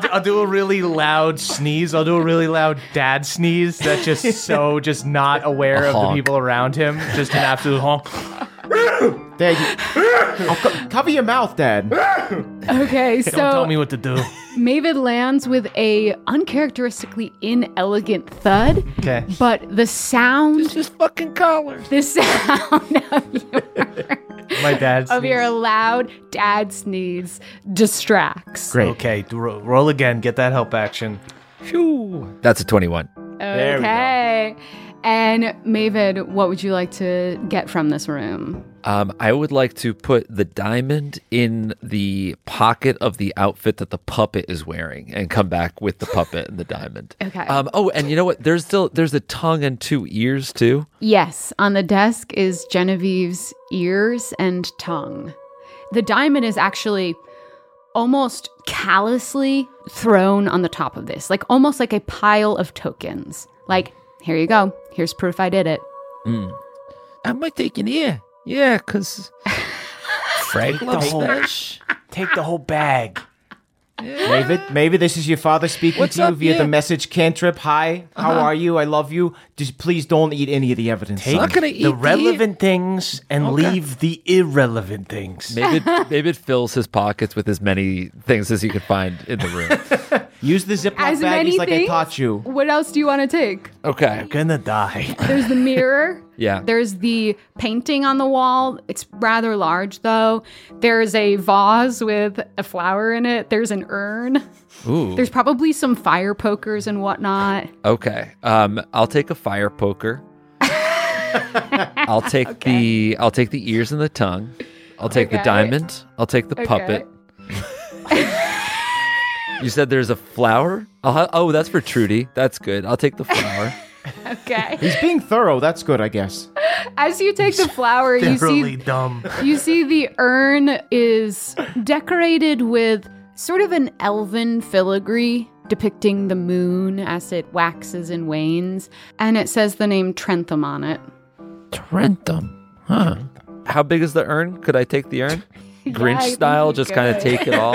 D: do- I'll do a really loud sneeze. I'll do a really loud dad sneeze that's just so just not aware of the
F: honk.
D: people around him. Just an absolute honk.
H: Dad, you, I'll co- cover your mouth, Dad.
G: Okay,
D: Don't tell
G: so
D: me what to do.
G: Maven lands with a uncharacteristically inelegant thud,
D: Okay.
G: but the sound,
F: just fucking collar.
G: the sound of your,
D: My dad's.
G: of your loud dad sneeze distracts.
H: Great.
D: Okay, do- ro- roll again. Get that help action.
F: Phew. That's a 21.
H: we go.
G: Okay. And Mavid, what would you like to get from this room?
F: Um, I would like to put the diamond in the pocket of the outfit that the puppet is wearing, and come back with the puppet and the diamond.
G: Okay.
F: Um, oh, and you know what? There's still there's a tongue and two ears too.
G: Yes, on the desk is Genevieve's ears and tongue. The diamond is actually almost callously thrown on the top of this, like almost like a pile of tokens. Like, here you go. Here's proof I did it.
F: I might take an ear. Yeah, cause Frank loves
D: whole-
F: fish.
D: Take the whole bag.
H: Maybe, maybe this is your father speaking
F: What's
H: to you
F: up,
H: via
F: yeah?
H: the message cantrip. Hi, how are you? I love you. Just please don't eat any of the evidence.
D: Take
H: son.
F: Not gonna eat
D: the
F: the-
D: relevant things and leave the irrelevant things.
F: Maybe it, maybe it fills his pockets with as many things as he could find in the room.
H: Use the Ziploc
G: As
H: baggies
G: many
H: like I
G: things?
H: taught you.
G: What else do you want to take?
F: Okay.
D: Gonna die.
G: There's the mirror.
F: Yeah.
G: There's the painting on the wall. It's rather large, though. There's a vase with a flower in it. There's an urn.
F: Ooh.
G: There's probably some fire pokers and whatnot.
F: Okay. Um, I'll take a fire poker. I'll take the I'll take the ears and the tongue. I'll take the
G: Okay.
F: diamond. I'll take the puppet. you said there's a flower. I'll ha- oh, that's for Trudy. That's good. I'll take the flower.
G: Okay.
H: He's being thorough. That's good, I guess.
G: As you take the flower, you
D: Thoroughly
G: see
D: dumb.
G: you see the urn is decorated with sort of an elven filigree depicting the moon as it waxes and wanes, and it says the name Trentham on it.
F: Trentum. Huh. How big is the urn? Could I take the urn? Grinch
G: think
F: style,
G: you
F: just kind
G: could.
F: of take it all.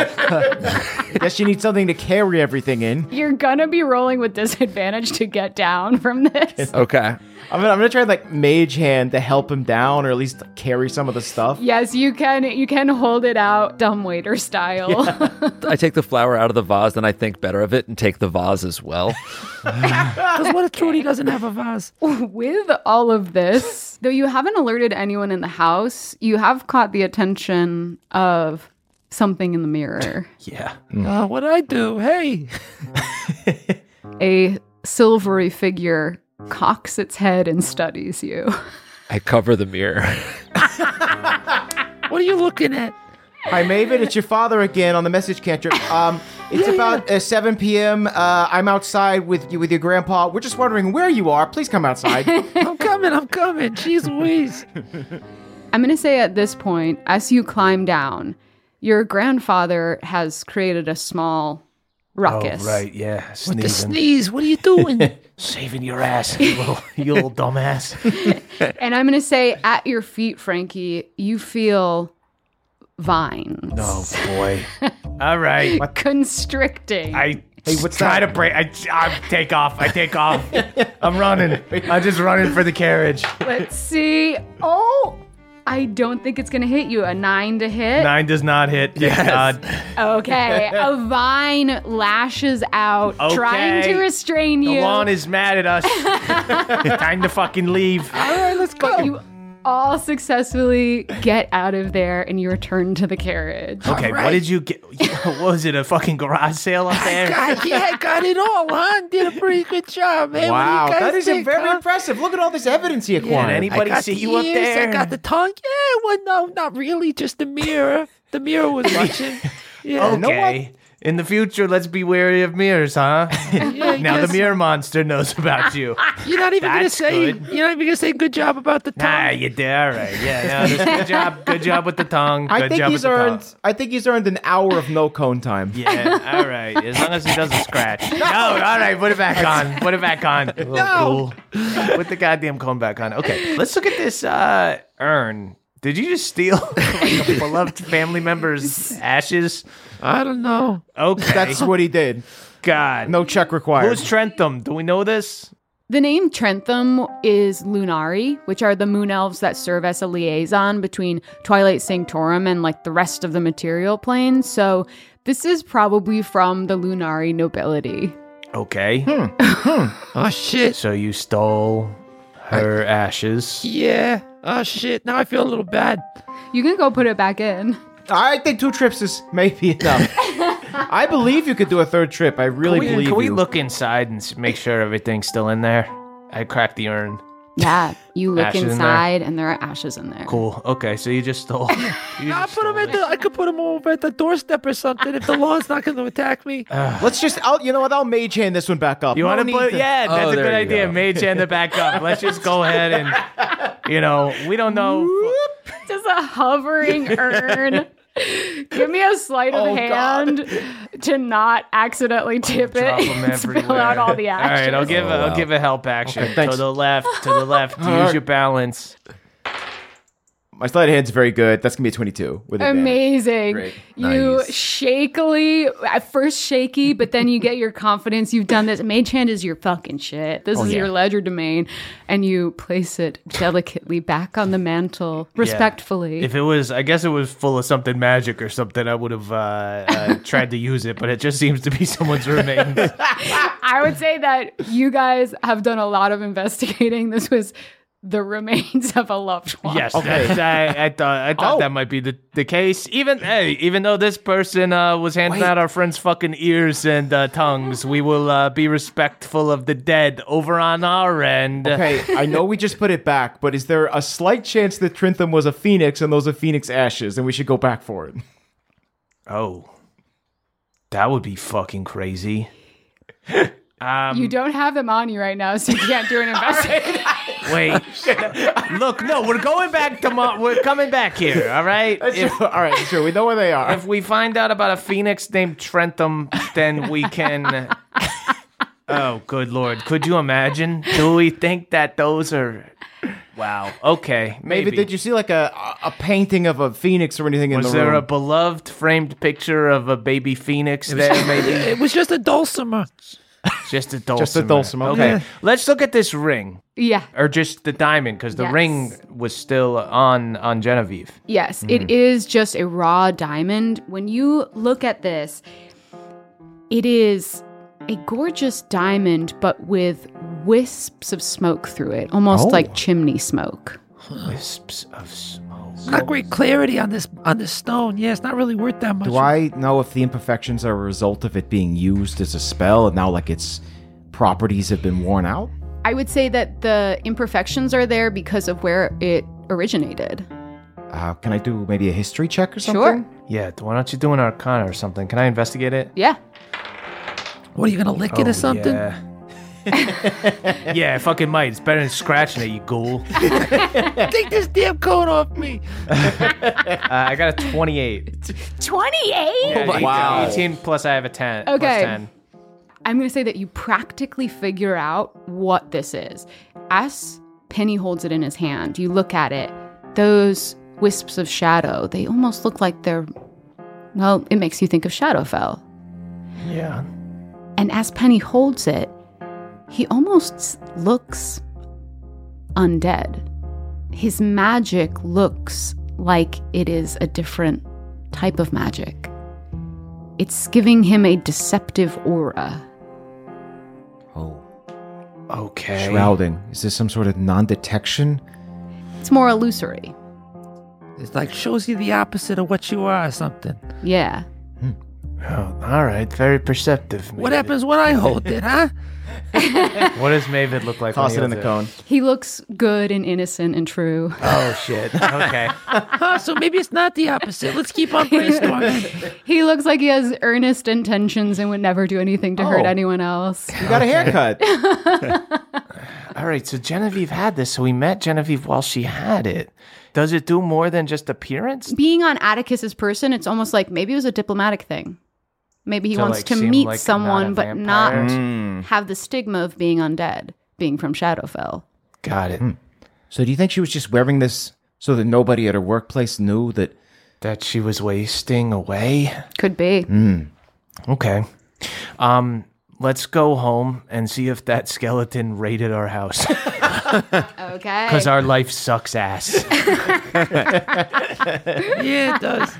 H: Guess you need something to carry everything in.
G: You're gonna be rolling with disadvantage to get down from this.
F: okay.
H: I'm gonna, I'm gonna try like mage hand to help him down, or at least carry some of the stuff.
G: Yes, you can. You can hold it out, dumbwaiter style.
F: I take the flower out of the vase, then I think better of it and take the vase as well. Because what if Trudy doesn't have a vase?
G: With all of this, though you haven't alerted anyone in the house, you have caught the attention of something in the mirror.
D: Yeah.
F: Uh, what I do? Hey.
G: A silvery figure cocks its head and studies you.
F: I cover the mirror. what are you looking at?
H: Hi, Maven. It's your father again on the message cantrip. Um, it's about Uh, 7 p.m. Uh, I'm outside with you with your grandpa. We're just wondering where you are. Please come outside.
F: I'm coming, I'm coming. Jeez Louise.
G: I'm going to say at this point, as you climb down, your grandfather has created a small ruckus.
D: Oh, right, yeah. Sneezing.
F: sneeze, what are you doing?
D: Saving your ass, you little, you little dumbass.
G: And I'm going to say at your feet, Frankie, you feel vines
D: Oh, boy. All right.
G: constricting.
D: I
H: Hey, what's
D: try
H: that?
D: to break. I, I take off. I take off. I'm running. I'm just running for the carriage.
G: Let's see. Oh, I don't think it's going to hit you. A nine to hit.
D: Nine does not hit. Thank God.
G: Okay. A vine lashes out, trying
D: Okay.
G: to restrain
D: The
G: you.
D: lawn is mad at us. Time to fucking leave.
G: All right, let's go. You all successfully get out of there and you return to the carriage.
D: Okay, what did you get? What was it, a fucking garage sale up there?
F: God, yeah, I got it all, huh? Did a pretty good job, man.
E: Wow,
F: what do you guys
E: that is a
F: think,
E: very
F: huh?
E: impressive. Look at all this evidence he
D: Did
E: acquired.
F: I
D: anybody
F: got
D: see
F: the
D: you up
F: ears,
D: there?
F: I got the tongue. Yeah, well, no, not really. Just the mirror. The mirror was watching. Yeah,
D: okay. In the future, let's be wary of mirrors, huh?
F: yeah, I
D: now the
F: guess.
D: mirror monster knows about you.
F: You're not even gonna
D: That's
F: say.
D: good.
F: You're not even gonna say good job about the tongue.
D: nah, Ah, you did all right. Yeah, no, just good job. Good job with the tongue. Good
E: I think
D: job with
E: he's
D: the
E: earned.
D: tongue.
E: I think he's earned an hour of no cone time.
D: Yeah, all right. As long as he doesn't scratch. No, all right. Put it back on. Put it back on. No. Put the goddamn cone back on. Okay, let's look at this uh, urn. Did you just steal like a beloved family member's ashes?
F: I don't know.
D: Okay,
E: That's what he did.
D: God.
E: No check required.
D: Who's Trentham? Do we know this?
G: The name Trentham is Lunari, which are the moon elves that serve as a liaison between Twilight Sanctorum and like the rest of the material plane. So this is probably from the Lunari nobility.
D: Okay.
F: Oh shit.
D: So you stole her ashes.
F: Yeah. Oh shit. Now I feel a little bad.
G: You can go put it back in.
E: I think two trips is maybe enough. I believe you could do a third trip. I
D: Can
E: really
D: we,
E: believe
D: can we
E: you.
D: look inside and s- make sure everything's still in there? I cracked the urn.
G: Yeah, you look
D: Ashes in there.
G: inside and there are ashes in there.
D: Cool. Okay, so you just stole. you
F: I
D: just
F: put him
D: stole
F: at
D: it.
F: the. I could put him over at the doorstep or something if the law's not gonna attack me.
D: Uh.
E: Let's just. I'll, you know what? I'll mage hand this one back up.
D: You want to
E: need
D: put? Yeah, that's
L: Oh,
D: a good
L: there you
D: idea.
L: go.
D: Mage and the back up. Let's just go ahead and, you know, we don't know.
G: Just a hovering urn. Give me a sleight of
E: Oh,
G: hand
E: God.
G: to not accidentally tip
D: Drop
G: it
D: 'em
G: and spill
D: everywhere.
G: out all the
D: All
G: ashes.
D: right, I'll give a,
L: wow.
D: I'll give a help action
E: thanks.
D: to the left, to the left. Use your balance.
E: My sleight of hand's very good. That's gonna be a twenty-two with advantage.
G: Amazing.
E: Great.
G: You
L: Nice.
G: shakily, at first shaky, but then you get your confidence. You've done this. Mage Hand is your fucking shit. This is your ledger domain. And you place it delicately back on the mantle, respectfully.
D: If it was, I guess it was full of something magic or something. I would have uh, uh, tried to use it, but it just seems to be someone's remains.
G: I would say that you guys have done a lot of investigating. This was the remains of a loved one.
D: Yes, that's- I, I thought I thought
E: Oh.
D: that might be the, the case. Even hey, even though this person uh, was handing out our friends' fucking ears and uh, tongues, we will uh, be respectful of the dead over on our end.
E: Okay, I know we just put it back, but is there a slight chance that Trintham was a phoenix and those are phoenix ashes, and we should go back for it?
D: Oh, that would be fucking crazy.
G: You don't have them on you right now, so you can't do an investigation.
D: Wait, look, no, we're going back tomorrow. We're coming back here. All right. If-
E: All right, sure. We know where they are.
D: if we find out about a phoenix named Trentham, then we can. oh, good lord! Could you imagine? Do we think that those are? Wow. Okay. Maybe.
E: David, did you see like a a painting of a phoenix or anything in
D: Was
E: the
D: there a
E: room?
D: beloved framed picture of a baby phoenix there? Maybe
F: It was just a dulcimer.
D: just a dulcimer.
E: Just a dulcimer,
D: Okay.
E: yeah.
D: Let's look at this ring,
G: yeah.
D: or just the diamond, because the
G: Yes.
D: ring was still on on Genevieve.
G: Yes, it is just a raw diamond. When you look at this, it is a gorgeous diamond, but with wisps of smoke through it, almost like chimney smoke.
D: Wisps of smoke.
F: Not great clarity on this on this stone. Yeah, it's not really worth that much.
E: Do I know if the imperfections are a result of it being used as a spell, and now like its properties have been worn out?
G: I would say that the imperfections are there because of where it originated.
E: Uh, can I do maybe a history check or something?
G: Sure.
D: Yeah. Why don't you do an arcana or something? Can I investigate it?
G: Yeah.
F: What are you gonna lick it
D: Oh,
F: or something?
D: Yeah. yeah, I fucking might. It's better than scratching it, you ghoul. Uh,
F: Take this damn coat off me.
D: I got a 28.
J: 28?
D: Yeah, eight-
E: Wow.
D: 18 plus I have a 10. plus
G: Okay.
D: 10.
G: I'm going to say that you practically figure out what this is. As Penny holds it in his hand, you look at it. Those wisps of shadow, they almost look like they're, well, it makes you think of Shadowfell.
D: Yeah.
G: And as Penny holds it, he almost s- looks undead. His magic looks like it is a different type of magic. It's giving him a deceptive aura.
E: Oh,
D: Okay.
E: shrouding. Is this some sort of non-detection?
G: It's more illusory.
M: It's like shows you the opposite of what you are or something.
G: Yeah.
D: Oh, all right, very perceptive.
M: What
D: Maven.
M: happens when I hold it, huh?
D: What does Maven look like?
E: Toss it
D: when
E: in
D: he
E: the
D: holds
E: cone.
G: He looks good and innocent and true.
D: Oh shit. Okay.
M: huh? So maybe it's not the opposite. Let's keep on brainstorming.
G: He looks like he has earnest intentions and would never do anything to hurt
E: Oh.
G: anyone else.
E: You got a haircut.
D: all right. So Genevieve had this. So we met Genevieve while she had it. Does it do more than just appearance?
G: Being on Atticus's person, it's almost like maybe it was a diplomatic thing. Maybe he
D: To,
G: wants
D: like,
G: to
D: seem
G: meet
D: like not
G: someone
D: a
G: but not
D: vampire. Hmm.
G: have the stigma of being undead, being from Shadowfell.
D: Got
E: Hmm.
D: it.
E: so do you think she was just wearing this so that nobody at her workplace knew that?
D: That she was wasting away.
G: Could be.
D: Okay. Um, let's go home and see if that skeleton raided our house
G: Okay.
D: because our life sucks ass.
M: yeah, it does.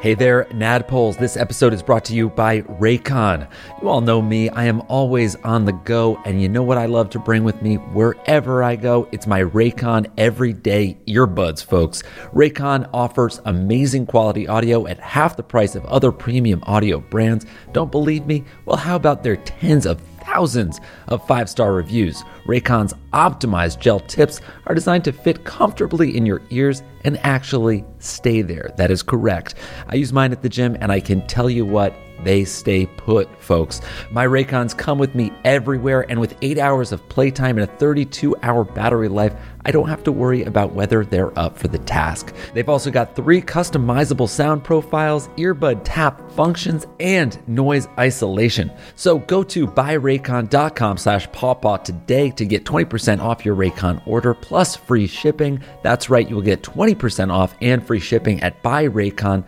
F: Hey there, Nadpoles. This episode is brought to you by Raycon. You all know me, I am always on the go, and you know what I love to bring with me wherever I go? It's my Raycon Everyday Earbuds, folks. Raycon offers amazing quality audio at half the price of other premium audio brands. Don't believe me? Well, how about their tens of thousands of five star reviews. Raycon's optimized gel tips are designed to fit comfortably in your ears and actually stay there. That is correct. I use mine at the gym and I can tell you what. They stay put, folks. My Raycons come with me everywhere, and with eight hours of playtime and a 32 hour battery life, I don't have to worry about whether they're up for the task. They've also got three customizable sound profiles, earbud tap functions, and noise isolation. So go to buyraycon.com slash pawpaw today to get 20% off your Raycon order plus free shipping. That's right, you will get 20% off and free shipping at buyraycon.com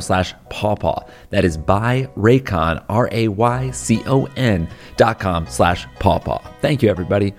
F: slash pawpaw. That is buyraycon, R-A-Y-C-O-N dot com slash pawpaw. Thank you, everybody.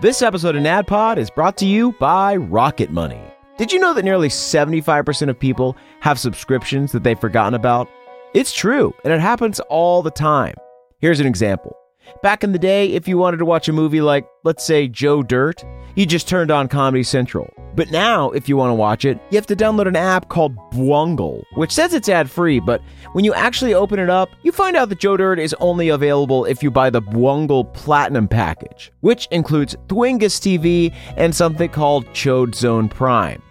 H: This episode of NADPOD is brought to you by Rocket Money. Did you know that nearly 75% of people have subscriptions that they've forgotten about? It's true, and it happens all the time. Here's an example. Back in the day, if you wanted to watch a movie like, let's say, Joe Dirt, you just turned on Comedy Central. But now, if you want to watch it, you have to download an app called Bwungle, which says it's ad free, but when you actually open it up, you find out that Joe Dirt is only available if you buy the Bwungle Platinum package, which includes Twingus TV and something called Chode Zone Prime.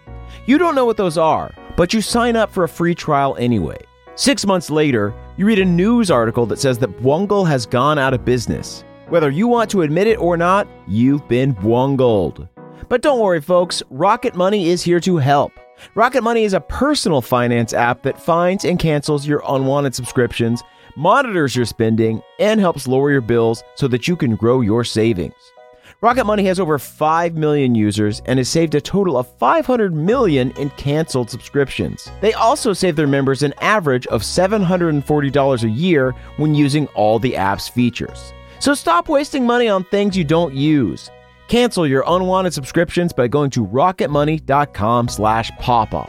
H: You don't know what those are, but you sign up for a free trial anyway. Six months later, you read a news article that says that Bwungle has gone out of business. Whether you want to admit it or not, you've been Bwungled. But don't worry, folks, Rocket Money is here to help. Rocket Money is a personal finance app that finds and cancels your unwanted subscriptions, monitors your spending, and helps lower your bills so that you can grow your savings. Rocket Money has over 5 million users and has saved a total of 500 million in canceled subscriptions. They also save their members an average of $740 a year when using all the app's features. So stop wasting money on things you don't use. Cancel your unwanted subscriptions by going to rocketmoney.com slash pawpaw.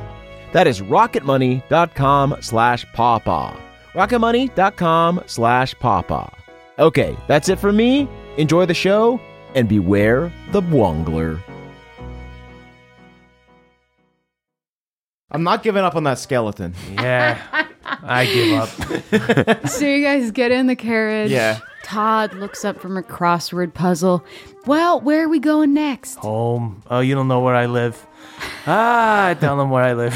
H: That is rocketmoney.com slash pawpaw. rocketmoney.com slash pawpaw. Okay, that's it for me. Enjoy the show and beware the Bwongler.
E: I'm not giving up on that skeleton.
D: yeah. I give up.
G: so you guys get in the carriage.
E: Yeah.
G: Todd looks up from a crossword puzzle. Well, where are we going next?
D: Home. Oh, you don't know where I live. Ah, I tell them where I live.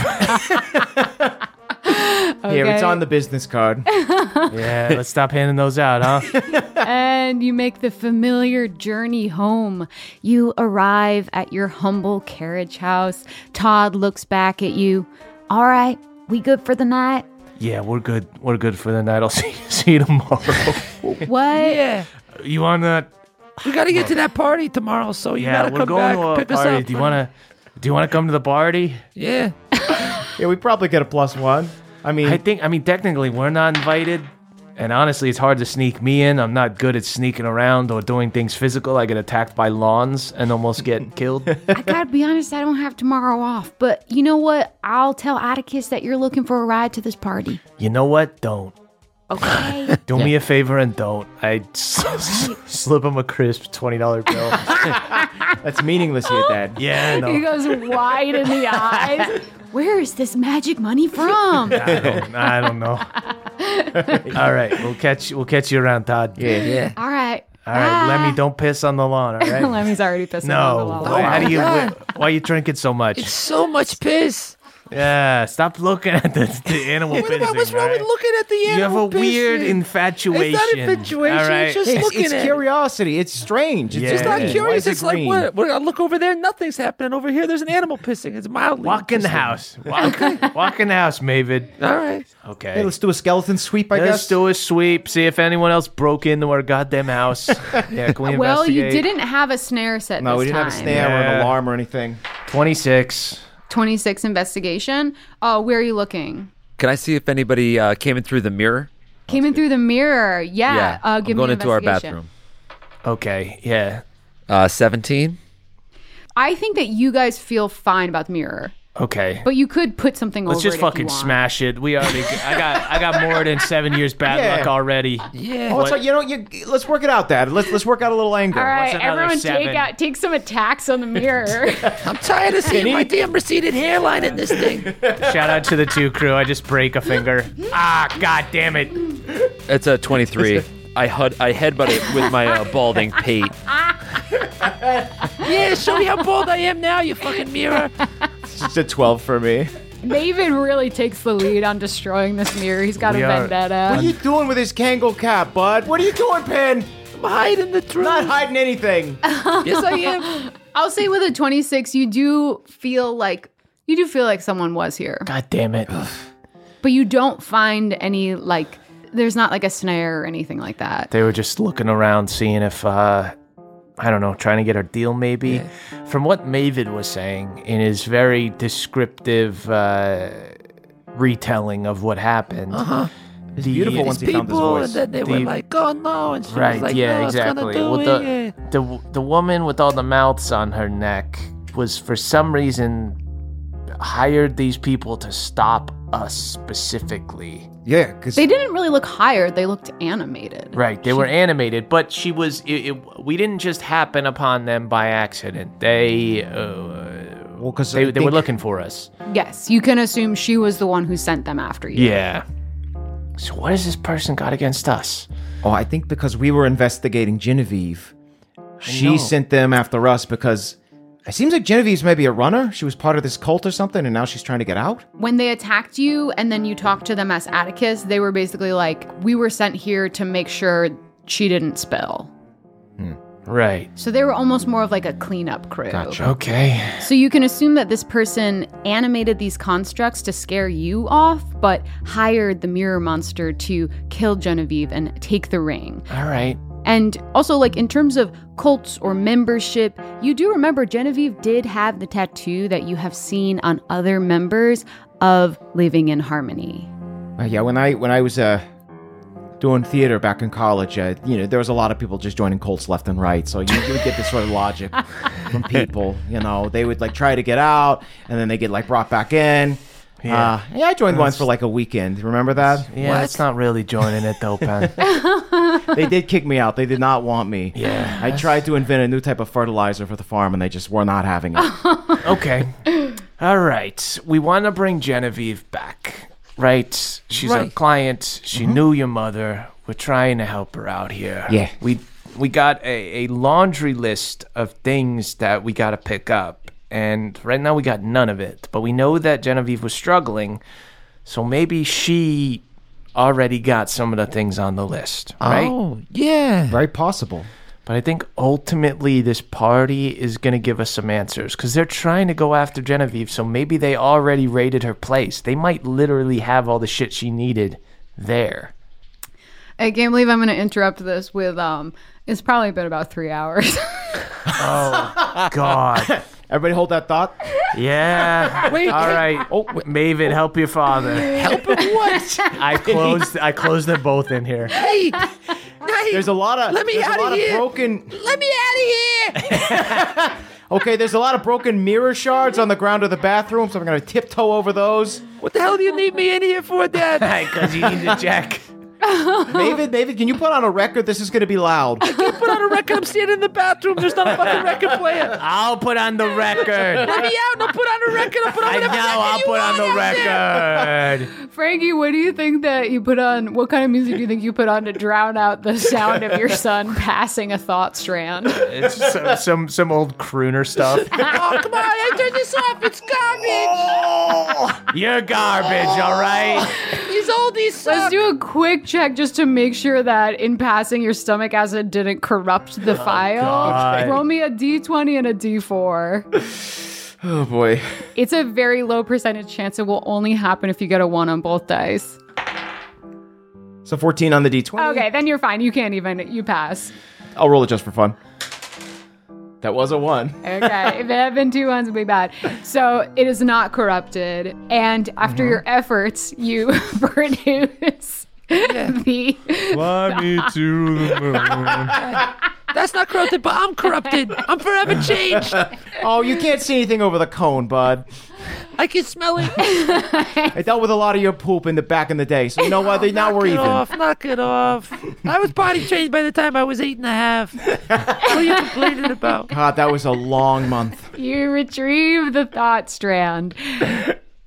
E: Here, it's
G: Okay.
E: on the business card.
D: yeah, let's stop handing those out, huh?
G: and you make the familiar journey home. You arrive at your humble carriage house. Todd looks back at you.
N: All right, we good for the night?
D: Yeah, we're good. We're good for the night. I'll see see you tomorrow.
G: What?
M: Yeah.
D: You want to?
M: We got to get to that party tomorrow, so you
D: Yeah,
M: got to
D: we're
M: come back,
D: going to a
M: pick us
D: party.
M: up.
D: Do you want to? Do you want to come to the party?
M: Yeah.
E: yeah, we probably get a plus one. I mean,
D: I think. I mean, technically, we're not invited. And honestly, it's hard to sneak me in. I'm not good at sneaking around or doing things physical. I get attacked by lawns and almost get killed.
G: I gotta be honest, I don't have tomorrow off, but you know what? I'll tell Atticus that you're looking for a ride to this party.
D: You know what? Don't.
J: Okay.
D: Do me a favor and don't. I s- s- slip him a crisp twenty dollar bill. That's meaningless yet, Dad. Yeah, I know.
G: He goes wide in the eyes.
J: Where is this magic money from?
D: I don't, I don't know. all right, we'll catch we'll catch you around, Todd. Yeah, yeah.
A: All right.
D: All right, Lemmy, don't piss on the lawn. All right.
G: Ah. Lemmy's already pissed off.
D: no. Why-
G: the wall.
D: How do you? wh- Why are you drinking so much?
F: It's so much piss.
D: yeah. Stop looking at the, the animal
F: What about,
D: pissing.
F: what's wrong
D: right?
F: with looking at the
D: You have
F: animal
D: a weird
F: pissing?
D: infatuation.
F: It's not infatuation.
D: all right?
F: It's just
E: It's,
F: looking
E: it's
F: at.
E: curiosity. It's strange. It's
D: Yeah.
F: It's not
E: green. Why
F: curious.
E: is it
F: It's like
E: green?
F: what? What? I look over there. Nothing's happening over here. There's an animal pissing. It's mildly.
D: Walk in the house. Walk, walk in the house, Mavid.
F: All right.
D: Okay.
E: Hey, let's do a skeleton sweep. I
D: Let's
E: guess.
D: do a sweep. See if anyone else broke into our goddamn house. yeah, can we
G: Well, you
D: investigate?
G: didn't have a snare set.
E: no,
G: this
E: we didn't have a
G: time.
E: snare or an
D: Yeah.
E: alarm or anything.
D: Twenty-six.
G: 26 investigation. Oh, where are you looking?
L: Can I see if anybody uh, came in through the mirror?
G: Came in through the mirror. Yeah. Uh,
L: I'm
G: give me
L: going
G: an
L: into our
G: investigation.
L: bathroom.
D: Okay. Yeah.
L: Uh, 17.
G: I think that you guys feel fine about the mirror,
D: Okay.
G: but you could put something
D: Let's
G: over
D: just
G: it if you
D: fucking
G: want.
D: smash it. We already. I got. I got more than seven years bad
E: Yeah.
D: luck already.
F: Yeah.
E: Oh, it's like, you know, you, let's work it out, Dad. Let's let's work out a little anger.
G: All
D: What's
G: right,
D: another
G: everyone take
D: seven?
G: out take some attacks on the mirror.
F: I'm tired of seeing my damn receded hairline in this thing.
D: Shout out to the two crew. I just break a finger. Ah, god damn it.
L: It's a 23. I hud I headbutt it with my uh, balding pate.
F: Yeah, show me how bald I am now, you fucking mirror.
E: It's just a twelve for me.
G: Maven really takes the lead on destroying this mirror. He's got
D: We
G: a
D: are-
E: What are
G: vendetta.
E: you doing with his Kangol cap, bud? What are you doing, Pin?
F: I'm hiding the truth.
E: Not hiding anything.
F: yes, I am.
G: I'll say with a 26, you do feel like you do feel like someone was here,
D: God damn it.
G: but you don't find any like there's not like a snare or anything like that.
D: They were just looking around, seeing if, uh, I don't know, trying to get a deal maybe. From what Mavid was saying in his very descriptive uh, retelling of what happened, uh-huh. the
E: beautiful ones he found his
F: People, and
E: voice.
F: then they were
D: The-
F: like, oh no. And she
D: Right,
F: was like,
D: yeah,
F: no,
D: exactly.
F: It's gonna do
D: With
F: it.
D: the, the the woman with all the mouths on her neck was for some reason hired these people to stop us specifically.
E: Yeah, because
G: They didn't really look hired, they looked animated.
D: Right, they were animated, but she was. It, it, we didn't just happen upon them by accident. They uh,
E: well, because
D: they, they were looking for us.
G: Yes, you can assume she was the one who sent them after you.
D: Yeah. So what has this person got against us?
E: Oh, I think because we were investigating Genevieve,
D: know.
E: she sent them after us because it seems like Genevieve's maybe a runner. She was part of this cult or something, and now she's trying to get out.
G: When they attacked you and then you talked to them as Atticus, they were basically like, We were sent here to make sure she didn't spill.
D: Right.
G: So they were almost more of like a cleanup crew.
D: Okay.
G: So you can assume that this person animated these constructs to scare you off, but hired the mirror monster to kill Genevieve and take the ring.
D: All right.
G: And also, like in terms of cults or membership, you do remember Genevieve did have the tattoo that you have seen on other members of Living in Harmony.
E: Uh, yeah, when I when I was uh, doing theater back in college, uh, you know, there was a lot of people just joining cults left and right. So you, you would get this sort of logic from people. You know, they would like try to get out, and then they get like brought back in. Yeah, uh, yeah I joined once for like a weekend. Remember that?
D: Yeah, that's not really joining it though, Pen.
E: they did kick me out. They did not want me.
D: Yeah.
E: I tried to invent a new type of fertilizer for the farm, and they just were not having it.
D: okay. All right. We want to bring Genevieve back, right? She's our client. She knew your mother. We're trying to help her out here.
E: Yeah.
D: We we got a, a laundry list of things that we got to pick up. And right now we got none of it. But we know that Genevieve was struggling. So maybe she already got some of the things on the list, right?
F: Oh, yeah.
E: Very possible.
D: But I think ultimately this party is going to give us some answers because they're trying to go after Genevieve. So maybe they already raided her place. They might literally have all the shit she needed there.
G: I can't believe I'm going to interrupt this with um. It's probably been about three hours.
D: God.
E: Everybody hold that thought.
D: Yeah.
F: Wait,
D: All right. Oh, Maven, help your father.
F: help him what?
D: I closed. I closed them both in here.
F: hey, hey,
E: There's a lot of
F: Let me
E: there's
F: out
E: a
F: of
E: lot of
F: here.
E: broken.
F: let me out of here.
E: Okay, there's a lot of broken mirror shards on the ground of the bathroom, so I'm gonna tiptoe over those.
F: What the hell do you need me in here for, Dad?
D: Because you need to check.
E: David, David, can you put on a record? This is going to be loud.
F: Put on a record. I'm standing in the bathroom. There's not a fucking record player.
D: I'll put on the record.
F: Let me out and I'll put on a record. I'll put on
D: I know
F: whatever
D: I'll put on the record.
G: Frankie, what do you think that you put on? What kind of music do you think you put on to drown out the sound of your son passing a thought strand?
D: It's some, some some old crooner stuff.
F: Oh, come on. I turn this off. It's garbage.
D: You're garbage, all right?
F: These oldies
G: Let's
F: suck.
G: do a quick check just to make sure that in passing your stomach acid didn't corrupt the file.
D: God.
G: Roll me a d20 and a d4.
E: Oh boy.
G: It's a very low percentage chance it will only happen if you get a one on both dice.
E: So 14 on the d20.
G: Okay, then you're fine. You can't even. You pass.
E: I'll roll it just for fun. That was a one.
G: Okay, if it had been two ones, it'd be bad. So it is not corrupted. And after your efforts, you produce the.
D: Fly me to the moon.
F: That's not corrupted, but I'm corrupted. I'm forever changed.
E: Oh, you can't see anything over the cone, bud.
F: I can smell it.
E: I dealt with a lot of your poop in the back in the day, so you know what? They- now
F: Knock
E: we're
F: it
E: even.
F: off. Knock it off. I was body changed by the time I was eight and a half. What are you complaining about?
E: God, that was a long month.
G: You retrieve the thought strand.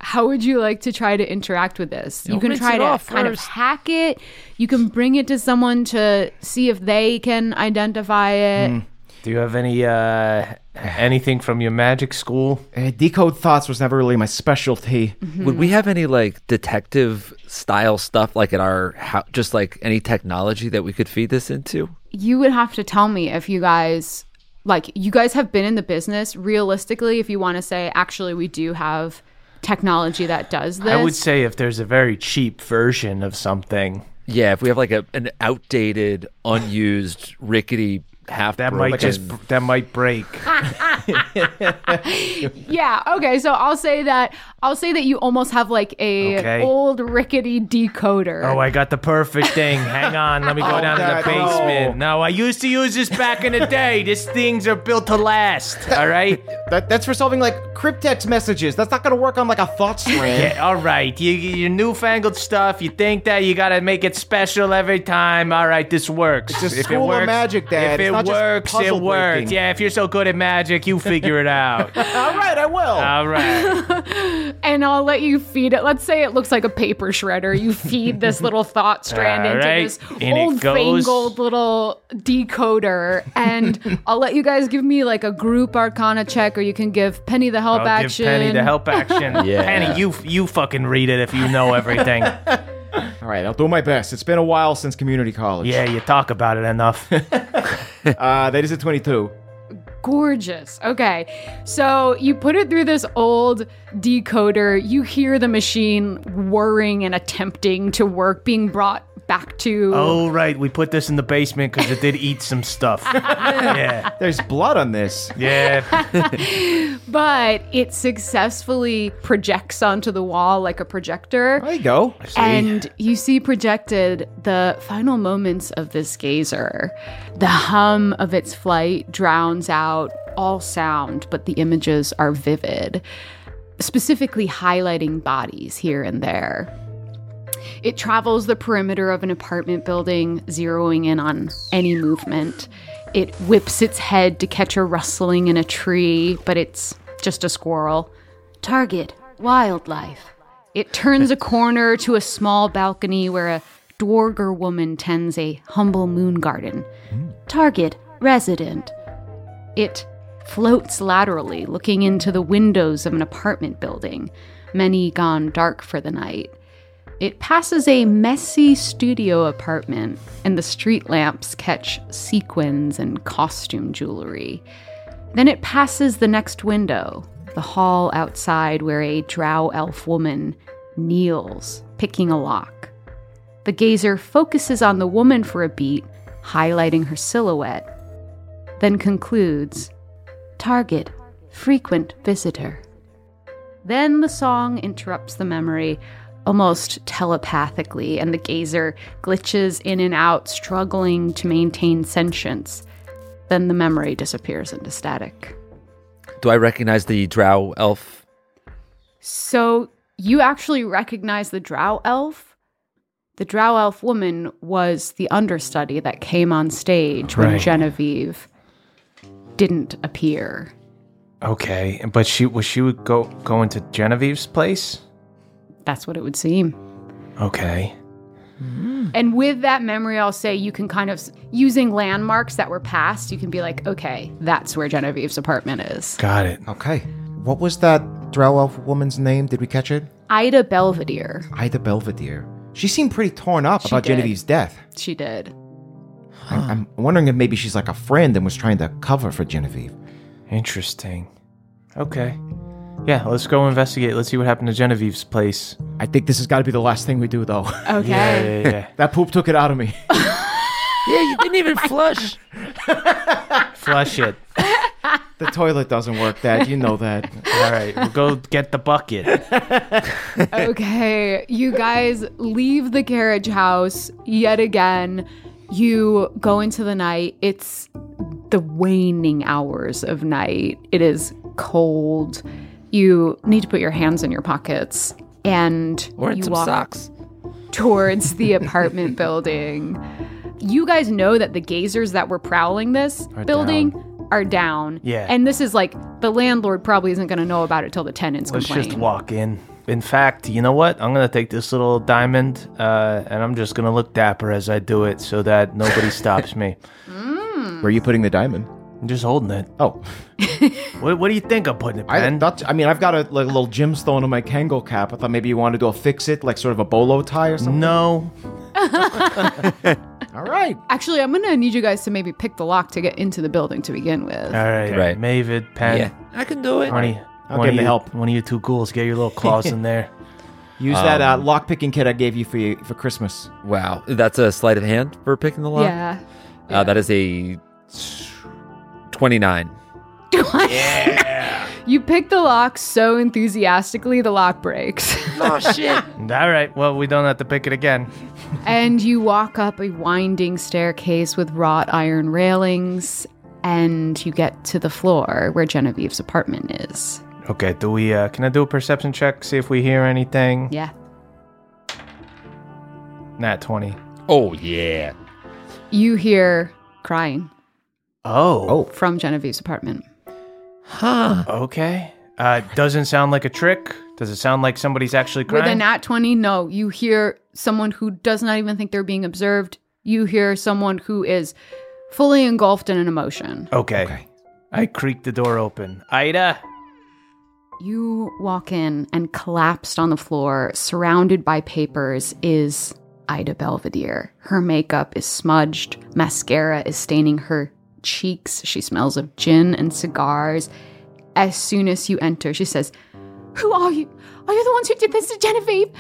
G: How would you like to try to interact with this? You can
F: mix
G: try
F: it
G: to
F: off
G: kind of
F: first.
G: hack it. You can bring it to someone to see if they can identify it.
D: Hmm. Do you have any uh anything from your magic school?
E: Uh, decode thoughts was never really my specialty.
D: Mm-hmm.
F: Hmm.
L: Would we have any like detective style stuff like at our house, just like any technology that we could feed this into?
G: you would have to tell me if you guys like you guys have been in the business realistically if you want to say actually we do have technology that does this
D: I would say if there's a very cheap version of something,
L: Yeah, if we have like a, an outdated, unused, rickety half
D: that might just that might break.
G: yeah okay so i'll say that i'll say that you almost have like a
D: Okay.
G: old rickety decoder
D: Oh, I got the perfect thing. Hang on, let me go down to the
E: Oh, God, no.
D: basement. No, I used to use this back in the day. These things are built to last. All right.
E: That, that's for solving like cryptex messages. That's not going to work on like a thought strand.
D: Yeah, all right. You, you- your newfangled stuff. You think that you gotta make it special every time. All right, this works.
E: just school of magic,
D: If
E: Dad. It's
D: it
E: not just
D: works, it
E: puzzle
D: works.
E: breaking.
D: Yeah, if you're so good at magic, you figure it out.
E: All right, I will.
D: all right.
G: and i'll let you feed it let's say it looks like a paper shredder you feed this little thought strand
D: All
G: into
D: right.
G: this
D: In it
G: old
D: goes.
G: fangled little decoder and i'll let you guys give me like a group arcana check or you can give penny the help
D: I'll give
G: action
D: Penny the help action.
L: Yeah.
D: Penny, you you fucking read it if you know everything.
E: All right, I'll do my best. It's been a while since community college.
D: yeah, you talk about it enough.
E: Uh, that is a 22.
G: gorgeous. Okay. So you put it through this old decoder. You hear the machine whirring and attempting to work, being brought back to.
D: oh right, we put this in the basement because it did eat some stuff. yeah,
E: There's blood on this.
D: yeah.
G: But it successfully projects onto the wall like a
D: Oh,
G: projector.
E: There you go.
G: And you see projected the final moments of this gazer. The hum of its flight drowns out all sound, but the images are vivid, specifically highlighting bodies here and there. It travels the perimeter of an apartment building, zeroing in on any movement. It whips its head to catch a rustling in a tree, but it's just a squirrel. Target wildlife. It turns a corner to a small balcony where a dwarger woman tends a humble moon garden. Target resident. It floats laterally, looking into the windows of an apartment building, many gone dark for the night. It passes a messy studio apartment, and the street lamps catch sequins and costume jewelry. Then it passes the next window, the hall outside where a drow elf woman kneels, picking a lock. The gazer focuses on the woman for a beat, highlighting her silhouette, then concludes Target, frequent visitor. Then the song interrupts the memory almost telepathically, and the gazer glitches in and out, struggling to maintain sentience. Then the memory disappears into static.
L: Do I recognize the drow elf?
G: So you actually recognize the drow elf, The Drow Elf woman was the understudy that came on stage when
D: Right.
G: Genevieve didn't appear.
D: Okay, but she was she would go going to Genevieve's place.
G: That's what it would seem.
D: Okay.
G: And with that memory, I'll say you can kind of, s- using landmarks that were passed, you can be like, okay, that's where Genevieve's apartment is.
D: Got it.
E: Okay. What was that Drow Elf woman's name? Did we catch it?
G: Ida Belvedere.
E: Ida Belvedere. She seemed pretty torn up
G: She
E: about
G: did.
E: Genevieve's death.
G: She did.
E: I'm, I'm wondering if maybe she's like a friend and was trying to cover for Genevieve.
D: Interesting. Okay. Yeah, let's go investigate. Let's see what happened to Genevieve's place.
E: I think this has got to be the last thing we do, though.
G: Okay.
D: Yeah, yeah, yeah.
E: that poop took it out of me.
F: Yeah, you didn't even flush.
D: Flush it.
E: the toilet doesn't work, Dad. You know that.
D: All right, we'll go get the bucket.
G: okay, you guys leave the carriage house yet again. You go into the night. It's the waning hours of night. It is cold. You need to put your hands in your pockets and
F: Or in
G: you
F: some
G: walk
F: socks.
G: towards the apartment building. You guys know that the gazers that were prowling this building are down.
D: Yeah.
G: And this is like the landlord probably isn't going to know about it till the tenants
D: Let's
G: complain.
D: just walk in. In fact, you know what? I'm gonna take this little diamond, uh, and I'm just gonna look dapper as I do it, so that nobody stops me.
E: Where are you putting the diamond?
D: I'm just holding it.
E: Oh,
D: What, what do you think I'm putting it,
E: I,
D: Ben?
E: not, I mean, I've got a like, little gemstone on my Kangol cap. I thought maybe you wanted to do a fix it, like sort of a bolo tie or something.
D: no.
E: All right.
G: Actually, I'm gonna need you guys to maybe pick the lock to get into the building to begin with.
D: All right,
L: Right.
D: Mavid, Pen,
F: Yeah, I can do it.
D: Honey,
E: I'll
D: one
E: give
D: of
E: him
D: you,
E: help.
D: One of you two ghouls, get your little claws in there.
E: Use that uh, lock picking kit I gave you for you, for Christmas.
F: Wow.
L: That's a sleight of hand for picking the lock.
G: Yeah.
L: Uh, that is a twenty-nine.
G: You pick the lock so enthusiastically, the lock breaks.
F: Oh shit.
D: All right, well, we don't have to pick it again.
G: and you walk up a winding staircase with wrought iron railings, and you get to the floor where Genevieve's apartment is.
D: Okay, do we, uh, can I do a perception check, see if we hear anything?
G: Yeah.
D: Nat 20.
F: Oh yeah.
G: You hear crying
D: Oh.
G: from Genevieve's apartment.
D: Okay. Uh, doesn't sound like a trick. Does it sound like somebody's actually crying?
G: With a nat 20, no, you hear someone who does not even think they're being observed. You hear someone who is fully engulfed in an emotion.
D: okay. I creaked the door open. Ida?
G: You walk in, and collapsed on the floor, surrounded by papers, is Ida Belvedere. Her makeup is smudged, mascara is staining her cheeks. She smells of gin and cigars. As soon as you enter, she says, Who are you? Are you the ones who did this to Genevieve?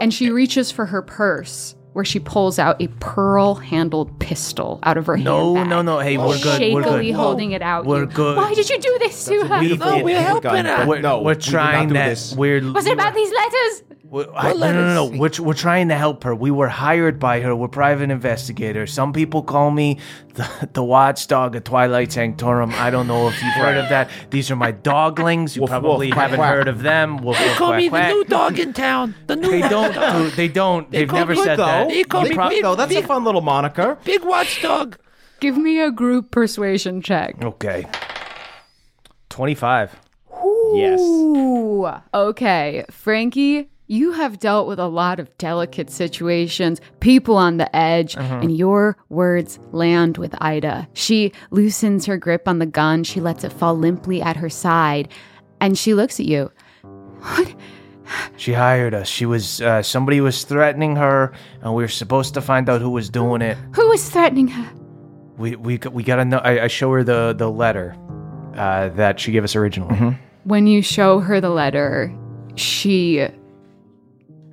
G: And she reaches for her purse. Where she pulls out a pearl-handled pistol out of her
D: No,
G: handbag.
D: no, no. Hey, we're good.
G: Shakily
D: We're good.
G: holding it out.
D: We're
G: you,
D: good.
G: Why did you do this to her?
D: We
O: Oh,
D: did-
F: Oh, we're helping her.
D: We're,
E: no,
D: we're
E: we did not
D: trying
E: do
D: that.
E: this.
D: We're,
J: Was it about these letters?
D: We're, I, no, no, no, no. We're, we're trying to help her. We were hired by her. We're private investigators. Some people call me the, the watchdog of Twilight Sanctorum. I don't know if you've heard of that. These are my doglings. You
E: Woof, woof,
D: probably
E: quack,
D: haven't
E: quack.
D: heard of them. Woof, woof,
F: Call
D: quack,
F: me the
D: quack.
F: new dog in town. The new
D: They
F: watchdog.
D: don't. do- They don't. They've
F: call
D: never
F: me
D: said
F: though.
D: that.
F: They call me
E: Pro-
F: big,
E: though, that's a fun little moniker.
F: big watchdog.
G: Give me a group persuasion check.
D: Okay. Twenty-five.
H: Yes.
G: Ooh. Okay, Frankie, you have dealt with a lot of delicate situations, people on the edge, and your words land with Ida. She loosens her grip on the gun, she lets it fall limply at her side, and she looks at you.
D: She hired us. She was uh, somebody was threatening her, and we were supposed to find out who was doing it.
G: Who is threatening her?
D: We we we gotta know. I, I show her the the letter uh, that she gave us originally.
G: When you show her the letter, she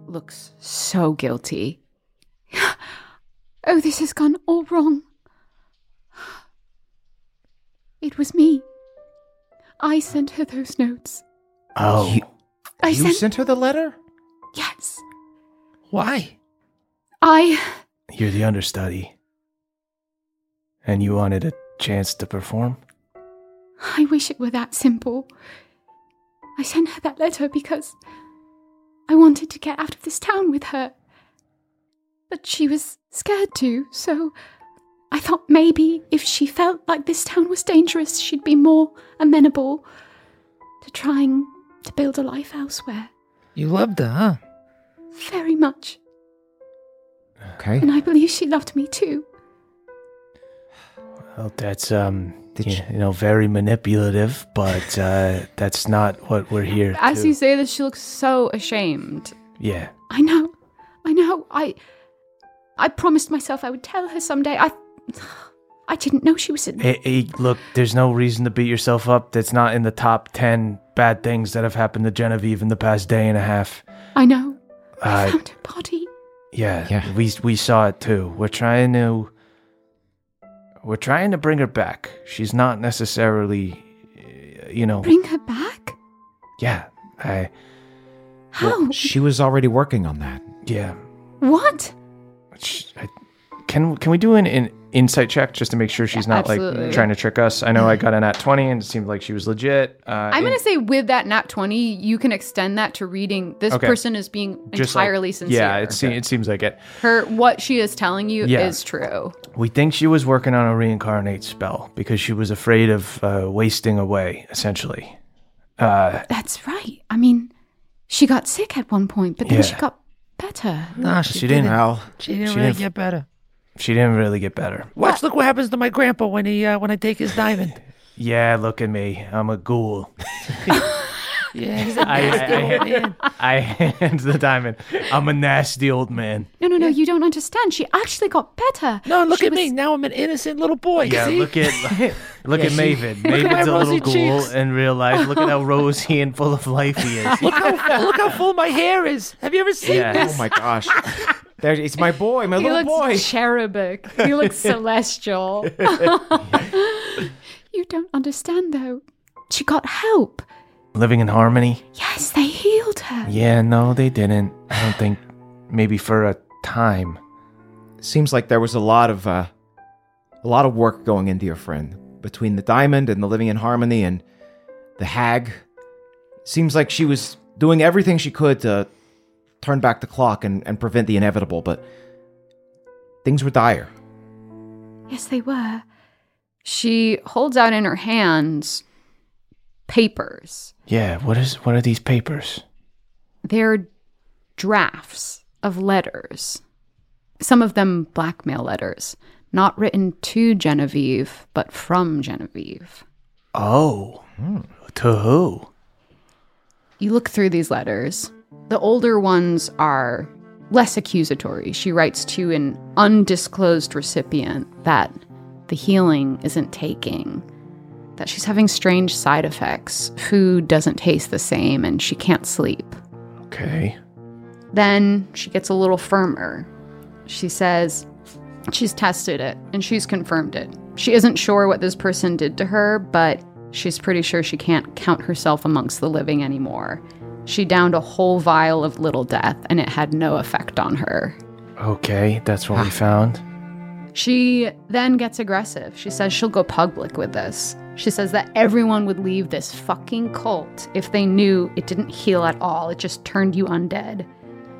G: looks so guilty.
J: Oh, this has gone all wrong. It was me. I sent her those notes.
D: Oh,
J: I
E: you
J: sent,
E: sent her the letter?
J: yes.
F: Why?
J: I
D: you, are the understudy, and you wanted a chance to perform.
J: I wish it were that simple. I sent her that letter because I wanted to get out of this town with her.
G: But she was scared too, so I thought maybe if she felt like this town was dangerous, she'd be more amenable to trying to build a life elsewhere.
O: You loved her, huh?
G: Very much.
E: Okay.
G: And I believe she loved me too.
D: Well, that's um, you, you know, very manipulative, but uh, that's not what we're here.
G: As
D: to-
G: you say this, she looks so ashamed.
D: yeah,
G: I know. I know. I I promised myself I would tell her someday. I I didn't know she was in
D: Hey, hey, look, there's no reason to beat yourself up. That's not in the top 10 bad things that have happened to Genevieve in the past day and a half.
G: I know.
D: Uh,
G: Her body.
D: yeah, we we saw it too. We're trying to we're trying to bring her back. She's not necessarily uh, you know,
G: Bring her back?
D: yeah. I
G: How?
E: she was already working on that.
D: Yeah.
G: What?
D: Sh- I- Can can we do an, an insight check just to make sure she's
G: Yeah,
D: not
G: absolutely.
D: like trying to trick us? I know I got an at 20 and it seemed like she was legit. Uh,
G: I'm going
D: in-
G: to say with that nat 20, you can extend that to reading this
D: Okay.
G: person is being
D: just like-
G: entirely sincere.
D: Yeah, it, se- it seems like it.
G: Her what she is telling you
D: Yeah.
G: is true.
D: We think she was working on a reincarnate spell because she was afraid of uh, wasting away, essentially. Uh,
G: That's right. I mean, she got sick at one point, but then she
D: Yeah.
G: got better.
O: Nah, she, didn't.
D: Well,
O: She didn't
D: she
O: really
D: didn't-
O: get better.
D: she didn't really get better.
O: Watch, look what happens to my grandpa when he uh, when I take his diamond.
D: Yeah, look at me. I'm a ghoul.
O: Yeah, he's a
D: I,
O: nasty
D: I,
O: old man.
D: I, I hand the diamond. I'm a nasty old man.
G: No, no, no, you don't understand. She actually got better.
O: No, look
G: She
O: at me.
G: was-
O: Now I'm an innocent little boy.
D: Yeah,
O: see?
D: look at look
O: Yeah,
D: at
O: she-
D: Maven.
O: Look at my
D: Maven's a little
O: rosy
D: ghoul
O: cheeks.
D: in real life. Look at how rosy and full of life he is.
O: look how look how full my hair is. Have you ever seen
D: Yeah.
E: Oh
O: this?
E: my gosh. There, it's my boy, my
G: He
E: little
G: looks
E: boy.
G: cherubic. He looks celestial. you don't understand, though. She got help.
D: Living in harmony.
G: Yes, they healed her.
D: Yeah, no, they didn't. I don't think. Maybe for a time.
E: Seems like there was a lot of uh, a lot of work going into your friend between the diamond and the living in harmony and the hag. Seems like she was doing everything she could to turn back the clock and, and prevent the inevitable, but things were dire.
G: Yes, they were. She holds out in her hands papers.
D: Yeah, what is what are these papers?
G: They're drafts of letters, some of them blackmail letters, not written to Genevieve, but from Genevieve.
D: Oh,
O: Hmm.
D: to who?
G: You look through these letters. The older ones are less accusatory. She writes to an undisclosed recipient that the healing isn't taking, that she's having strange side effects. Food doesn't taste the same, and she can't sleep.
D: Okay.
G: Then she gets a little firmer. She says she's tested it and she's confirmed it. She isn't sure what this person did to her, but she's pretty sure she can't count herself amongst the living anymore. She downed a whole vial of little death and it had no effect on her.
D: Okay, that's
E: Ah,
D: what we found.
G: She then gets aggressive. She says she'll go public with this. She says that everyone would leave this fucking cult if they knew it didn't heal at all, it just turned you undead.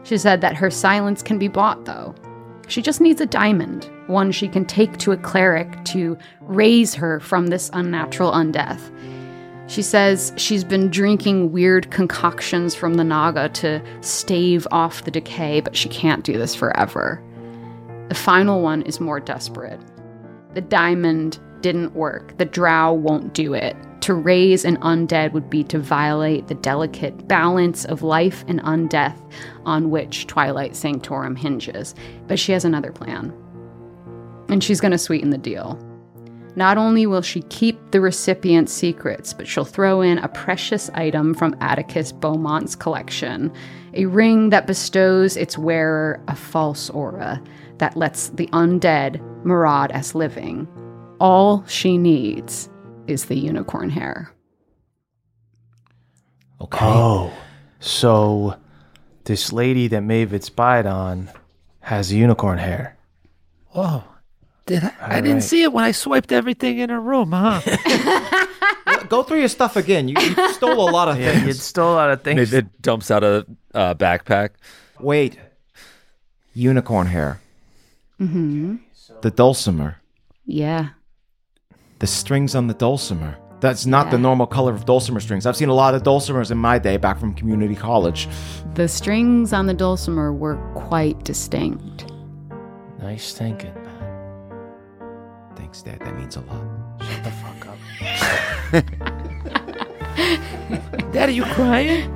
G: She said that her silence can be bought, though. She just needs a diamond, one she can take to a cleric to raise her from this unnatural undeath. She says she's been drinking weird concoctions from the Naga to stave off the decay, but she can't do this forever. The final one is more desperate. The diamond didn't work. The drow won't do it. To raise an undead would be to violate the delicate balance of life and undeath on which Twilight Sanctorum hinges. But she has another plan. And she's going to sweeten the deal. Not only will she keep the recipient's secrets, but she'll throw in a precious item from Atticus Beaumont's collection a ring that bestows its wearer a false aura that lets the undead maraud as living. All she needs is the unicorn hair.
E: Okay.
D: Oh, so this lady that Mavid spied on has unicorn hair.
O: Oh, did I? I didn't
D: right.
O: see it when I swiped everything in her room, huh?
E: Go through your stuff again. You, you stole a lot of
D: Yeah, it
E: things.
D: stole out of things.
L: It, it dumps out a uh, backpack.
E: Wait. Unicorn hair.
G: Mm-hmm.
E: The dulcimer.
G: Yeah.
E: The strings on the dulcimer. That's not the normal color of dulcimer strings. I've seen a lot of dulcimers in my day back from community college.
G: The strings on the dulcimer were quite distinct.
D: Nice thinking.
E: Thanks, Dad. That means a lot.
D: Shut the fuck up.
O: Dad, are you crying?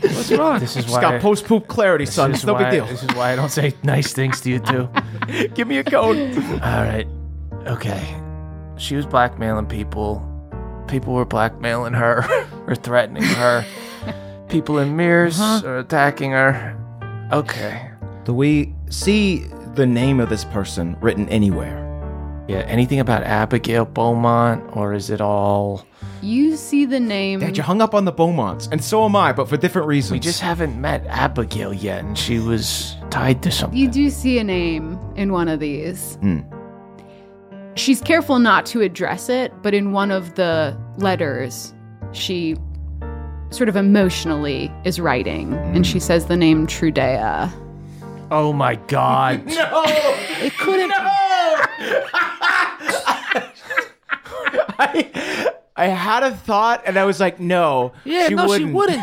O: What's wrong?
D: This is
E: Just
D: why
E: got
D: I-
E: post poop clarity, son.
D: this
E: It's
D: is
E: no big
D: why-
E: deal.
D: This is why I don't say nice things to you too.
E: Give me a code.
D: All right. Okay. She was blackmailing people. People were blackmailing her or threatening her. people in mirrors
E: Uh-huh.
D: are attacking her. Okay.
E: Do we see the name of this person written anywhere?
D: Yeah, anything about Abigail Beaumont or is it all
G: You see the name.
E: Dad, you're hung up on the Beaumonts, and so am I, but for different reasons. We
D: just haven't met Abigail yet, and she was tied to something.
G: You do see a name in one of these.
E: Hmm.
G: She's careful not to address it, but in one of the letters, she sort of emotionally is writing, and
D: Mm.
G: she says the name Trudea.
D: Oh my god.
E: No!
O: It couldn't.
E: I had a thought, and I was like, no.
O: Yeah, no, she wouldn't.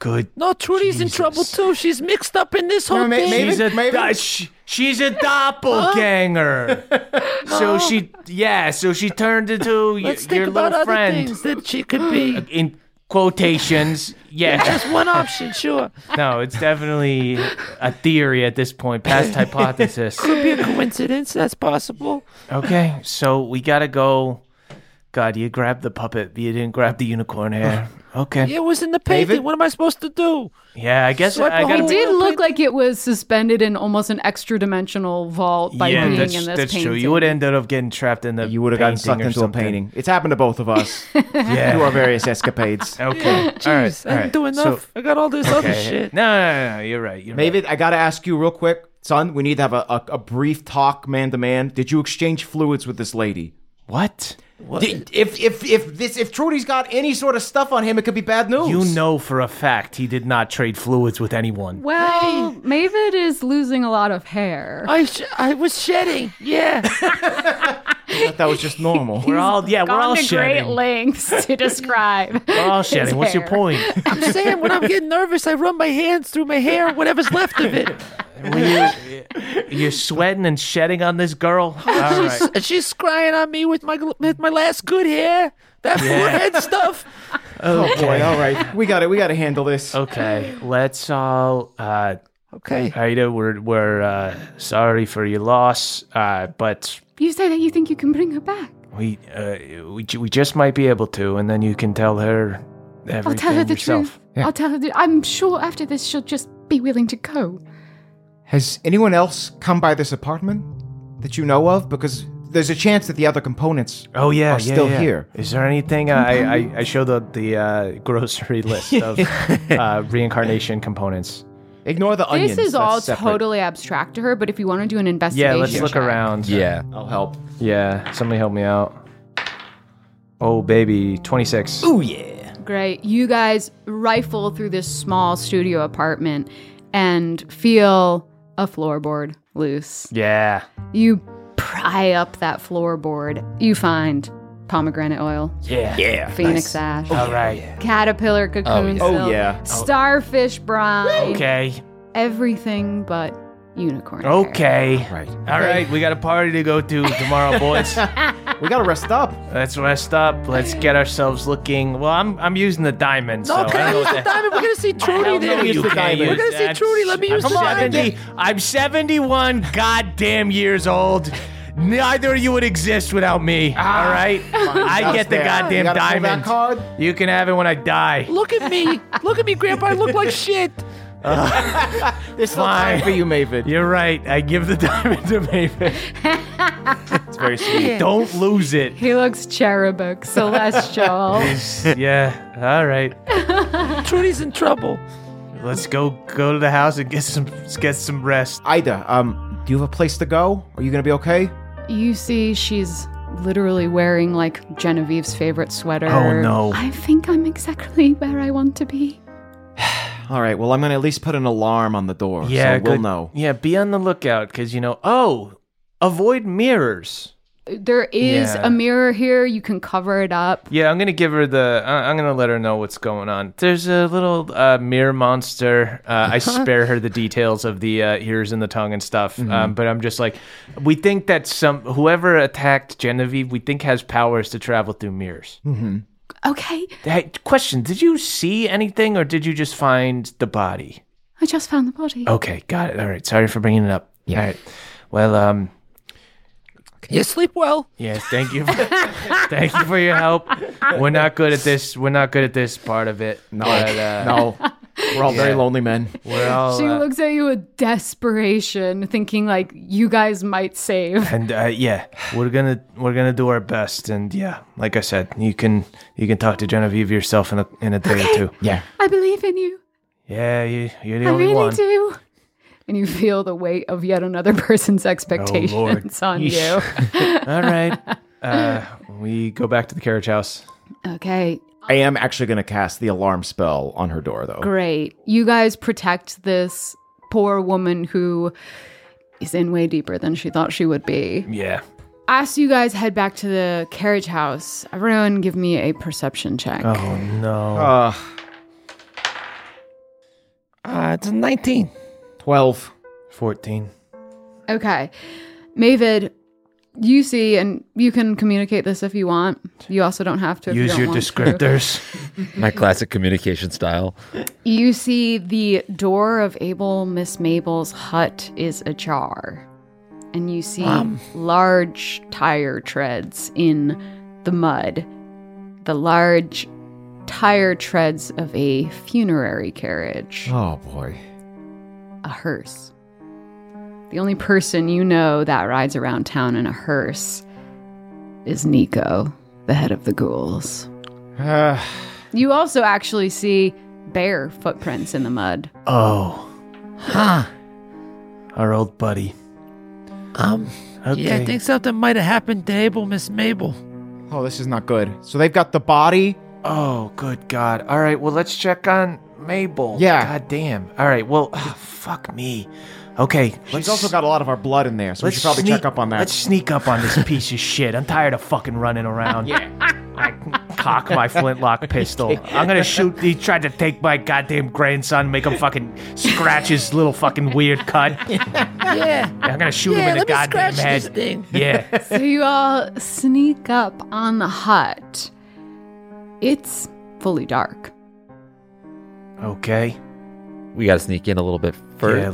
D: Good.
O: No, Oh, Trudy's in trouble too. She's mixed up in this whole
E: ma-
O: thing.
E: maybe-
D: She's a
E: maybe-
D: uh, sh- she's a doppelganger. So she yeah, so she turned into y-
O: Oh. Let's
D: your
O: think about
D: little
O: other
D: friend
O: things that she could be.
D: in quotations. Yeah.
O: Just one option, sure.
D: no, it's definitely a theory at this point, past hypothesis.
O: Could be a coincidence. That's possible.
D: Okay, so we gotta go. God, you grabbed the puppet, but you didn't grab the unicorn hair. Okay.
O: It was in the painting.
D: David?
O: What am I supposed to do?
D: Yeah, I guess
O: Swipe
D: I
O: a
D: gotta.
O: hole.
G: It did look like it was suspended in almost an extra dimensional vault by
D: yeah,
G: being
D: that's,
G: in this
D: that's
G: painting.
D: true. You would have ended up getting trapped in the.
E: You would have gotten sucked
D: painting or
E: into a
D: something.
E: painting. It's happened to both of us
D: Yeah.
E: through our various escapades.
D: Okay. all right.
O: I
D: All
O: didn't
D: right.
O: do enough. I got all this other
D: okay.
O: shit.
D: No, no, no, no, You're right. You're right.
E: David, I gotta ask you real quick, son. We need to have a, a, a brief talk, man to man. Did you exchange fluids with this lady?
D: What?
E: Did, if if if this if Trudy's got any sort of stuff on him, it could be bad news.
D: You know for a fact he did not trade fluids with anyone.
G: Well, Mavid is losing a lot of hair.
D: Oh,
O: I sh- I was shedding. Yeah.
E: I thought that was just normal.
D: We're all yeah. We're all
G: Gone to great
D: shedding.
G: lengths to describe.
D: We're all shedding. Oh, What's your
G: hair.
D: point?
O: I'm saying when I'm getting nervous, I run my hands through my hair, whatever's left of it.
D: You're sweating and shedding on this girl. All right.
O: And she's crying on me with my gl- with my last good hair. That forehead stuff.
E: Oh boy! All right, we got it. We got to handle this.
D: Okay. Let's all uh,
O: Okay.
D: Aida, we're we're uh, sorry for your loss, uh, but
G: You say that you think you can bring her back.
D: we uh, we ju- we just might be able to, and then you can tell her everything
G: I'll tell her the
D: yourself.
G: truth. I'll tell her. The, I'm sure after this she'll just be willing to go.
E: Has anyone else come by this apartment that you know of? Because there's a chance that the other components.
D: Oh yeah,
E: Are
D: yeah,
E: still
D: yeah.
E: here.
D: Is there anything I I, I show the the uh, grocery list of uh, reincarnation components?
E: Ignore the onions.
G: this is
E: That's
G: all
E: separate.
G: totally abstract to her, but if you want to do an investigation,
D: Yeah, let's look
G: check-
D: around.
L: Yeah.
E: I'll help.
D: yeah. Somebody help me out. Oh baby, twenty six.
E: Oh yeah.
G: Great. You guys rifle through this small studio apartment and feel a floorboard loose.
D: Yeah.
G: You pry up that floorboard. You find pomegranate oil,
D: Yeah.
E: Yeah.
G: phoenix ash,
D: All right.
G: caterpillar cocoon
E: Oh,
G: silk,
E: yeah.
G: starfish brine,
D: Okay.
G: everything but unicorn. hair.
D: Okay.
E: Right.
D: All right. We got a party to go to tomorrow, boys.
E: We gotta rest up.
D: Let's rest up. Let's get ourselves looking. Well, I'm I'm using the diamond. so
O: No,
D: I
O: can I
D: know
O: use the
D: that-
O: diamond? We're gonna see Trudy
D: Hell no,
O: there.
D: you
O: We're
D: can't use
O: gonna see
D: that.
O: Trudy. Let me
D: I'm
O: use the diamond.
D: 70 I'm 71 goddamn years old. Neither of you would exist without me. all right, I get the
E: Upstairs. You
D: goddamn
E: gotta pull
D: diamond.
E: That card.
D: You can have it when I die.
O: Look at me. Look at me, Grandpa. I look like shit.
E: There's still time
D: Fine.
E: for you, Mavid.
D: You're right. I give the diamond to Maven.
E: It's very sweet.
D: Don't lose it.
G: He looks cherubic, celestial.
D: Yeah. All right.
O: Trudy's in trouble.
D: Let's go go to the house and get some get some rest.
E: Ida, um, do you have a place to go? Are you gonna be okay?
G: You see, she's literally wearing like Genevieve's favorite sweater.
D: Oh no.
J: I think I'm exactly where I want to be.
E: All right. Well, I'm going to at least put an alarm on the door.
D: Yeah,
E: so we'll
D: good-
E: know.
D: Yeah, be on the lookout because you know. Oh, avoid mirrors.
G: There is
D: Yeah.
G: a mirror here. You can cover it up.
D: Yeah, I'm gonna give her the. I- I'm gonna let her know what's going on. There's a little uh, mirror monster. Uh, I spare her the details of the uh, ears and the tongue and stuff, um,
E: Mhm.
D: but I'm just like, we think that some whoever attacked Genevieve, we think has powers to travel through mirrors.
E: Mm-hmm.
G: Okay.
D: Hey, question: Did you see anything, or did you just find the body?
G: I just found the body.
D: Okay, got it. All right. Sorry for bringing it up. All right. Well, um,
O: You sleep well.
D: Yes, thank you. For, thank you for your help. We're not good at this. We're not good at this part of it. No,
E: no. We're all very lonely men.
D: We're all.
G: she
D: uh,
G: looks at you with desperation, thinking like you guys might save.
D: and uh, yeah, we're gonna we're gonna do our best. And yeah, like I said, you can you can talk to Genevieve yourself in a in a day or two.
E: Yeah.
G: I believe in you.
D: Yeah, you, you're the
G: I
D: only
G: really
D: one.
G: do. And you feel the weight of yet another person's
D: Oh,
G: expectations on you.
D: all right. Uh, we go back to the carriage house.
G: okay,
E: I am actually going to cast the alarm spell on her door, though.
G: great. You guys protect this poor woman who is in way deeper than she thought she would be.
D: Yeah.
G: As you guys head back to the carriage house, everyone give me a perception check.
D: Oh no.
E: Uh,
O: Uh, it's a 19.
E: 12.
D: 14.
G: Okay. Mavid, you see, and you can communicate this if you want. You also don't have to. if you don't want to.
L: My classic communication style.
G: You see, the door of Abel Miss Mabel's hut is ajar, and you see
O: Um.
G: large tire treads in the mud. The large tire treads of a funerary carriage,
E: Oh, boy.
G: a hearse. The only person you know that rides around town in a hearse is Nico, the head of the ghouls.
E: Uh,
G: You also actually see bear footprints in the mud.
D: Oh,
O: Huh.
D: our old buddy.
O: Um. Yeah, I
E: Okay.
O: think something might have happened to Abel, Miss Mabel.
E: oh, this is not good. So they've got the body.
D: Oh, good God. All right, well, let's check on Mabel.
E: Yeah.
D: God damn. All right, well, ah, fuck me. Okay.
E: She's also got a lot of our blood in there, so we should probably
D: sneak-
E: check up on that.
D: Let's sneak up on this piece of shit. I'm tired of fucking running around. yeah. I cock my flintlock pistol. I'm gonna shoot. He tried to take my goddamn grandson, make him fucking scratch his little fucking weird cut.
O: yeah.
D: I'm gonna shoot
O: Yeah,
D: him in the
O: let me
D: goddamn
O: scratch
D: head.
O: this thing.
D: Yeah.
G: so you all sneak up on the hut. It's fully dark.
D: Okay.
L: We got to sneak in a little bit further.
D: yeah,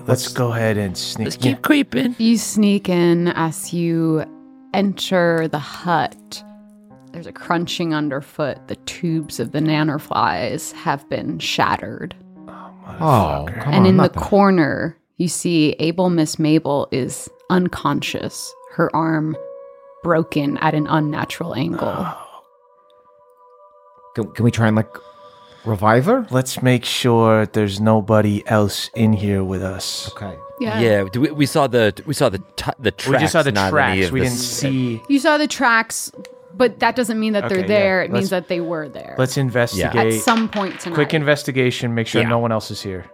D: let's, let's go ahead and sneak.
O: Let's keep creeping.
G: You sneak in as you enter the hut. There's a crunching underfoot. The tubes of the nannerflies have been shattered.
E: Oh, come
G: and
E: on,
G: in the
E: not that.
G: corner, you see Able Miss Mabel is unconscious, her arm broken at an unnatural angle.
E: Can, can we try and, like, revive her?
D: Let's make sure there's nobody else in here with us.
E: Okay.
G: Yeah.
L: do we, we saw the we saw the t- the tracks.
D: we just saw the
L: not any
D: tracks.
L: of
D: We
L: the
D: didn't
L: s-
D: see.
G: You saw the tracks, but that doesn't mean that
D: Okay,
G: they're there.
D: yeah.
G: It
D: Let's-
G: means that they were there.
D: Let's investigate.
G: At some point tonight.
D: Quick investigation. Make sure
G: Yeah.
D: no one else is here.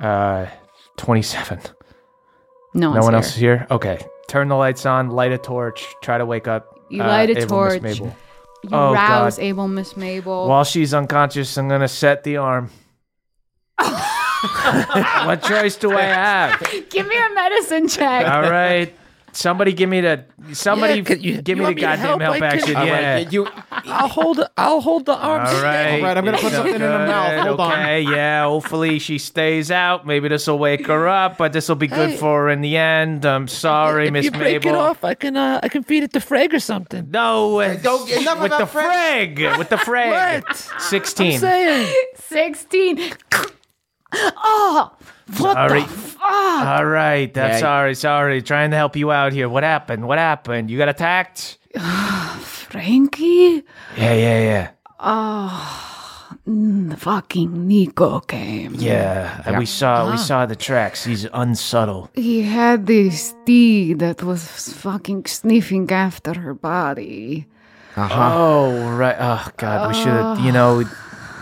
D: Uh, twenty-seven.
G: no,
D: no
G: one's
D: one
G: here.
D: else is here. Okay. Turn the lights on. Light a torch. Try to wake up.
G: You
D: uh,
G: light a
D: Ava Miss
G: torch.
D: Mabel.
G: You
D: Oh,
G: rouse
D: God.
G: Able Miss Mabel.
D: While she's unconscious, I'm gonna set the arm. what choice do I have?
G: Give me a medicine check.
D: All right. Somebody give me the somebody
O: Yeah, could you-
D: give
O: you
D: me
O: want me
D: the
O: to
D: goddamn
O: help?
D: help,
O: I can-
D: action.
O: All right,
D: yeah.
E: You,
O: I'll hold. I'll hold the
D: All
O: arms.
D: right.
E: All right, I'm gonna put
D: It's
E: something in her mouth.
D: good,
E: Hold on.
D: okay, yeah. Hopefully she stays out. Maybe this will wake her up, but this will be good
O: Hey.
D: for her in the end. I'm sorry,
O: If
D: Miss
O: you break
D: Mabel.
O: it off, I can. Uh, I can feed it to Freg or something.
D: No, uh,
E: Don't- enough
D: with
E: about
D: the frag. With the frag.
O: What? I'm
D: 16.
O: saying.
G: 16. oh, what
D: Sorry.
G: the fuck?
D: All right. That's
E: Yeah.
D: sorry. Sorry. Trying to help you out here. What happened? What happened? You got attacked?
G: Frankie?
D: Yeah, yeah, yeah.
G: Oh, mm, fucking Nico came.
D: Yeah. And we saw
O: Uh-huh.
D: we saw the tracks. He's unsubtle.
G: He had this steed that was fucking sniffing after her body.
E: Uh huh.
D: Oh, right. Oh, God. We should have, you know,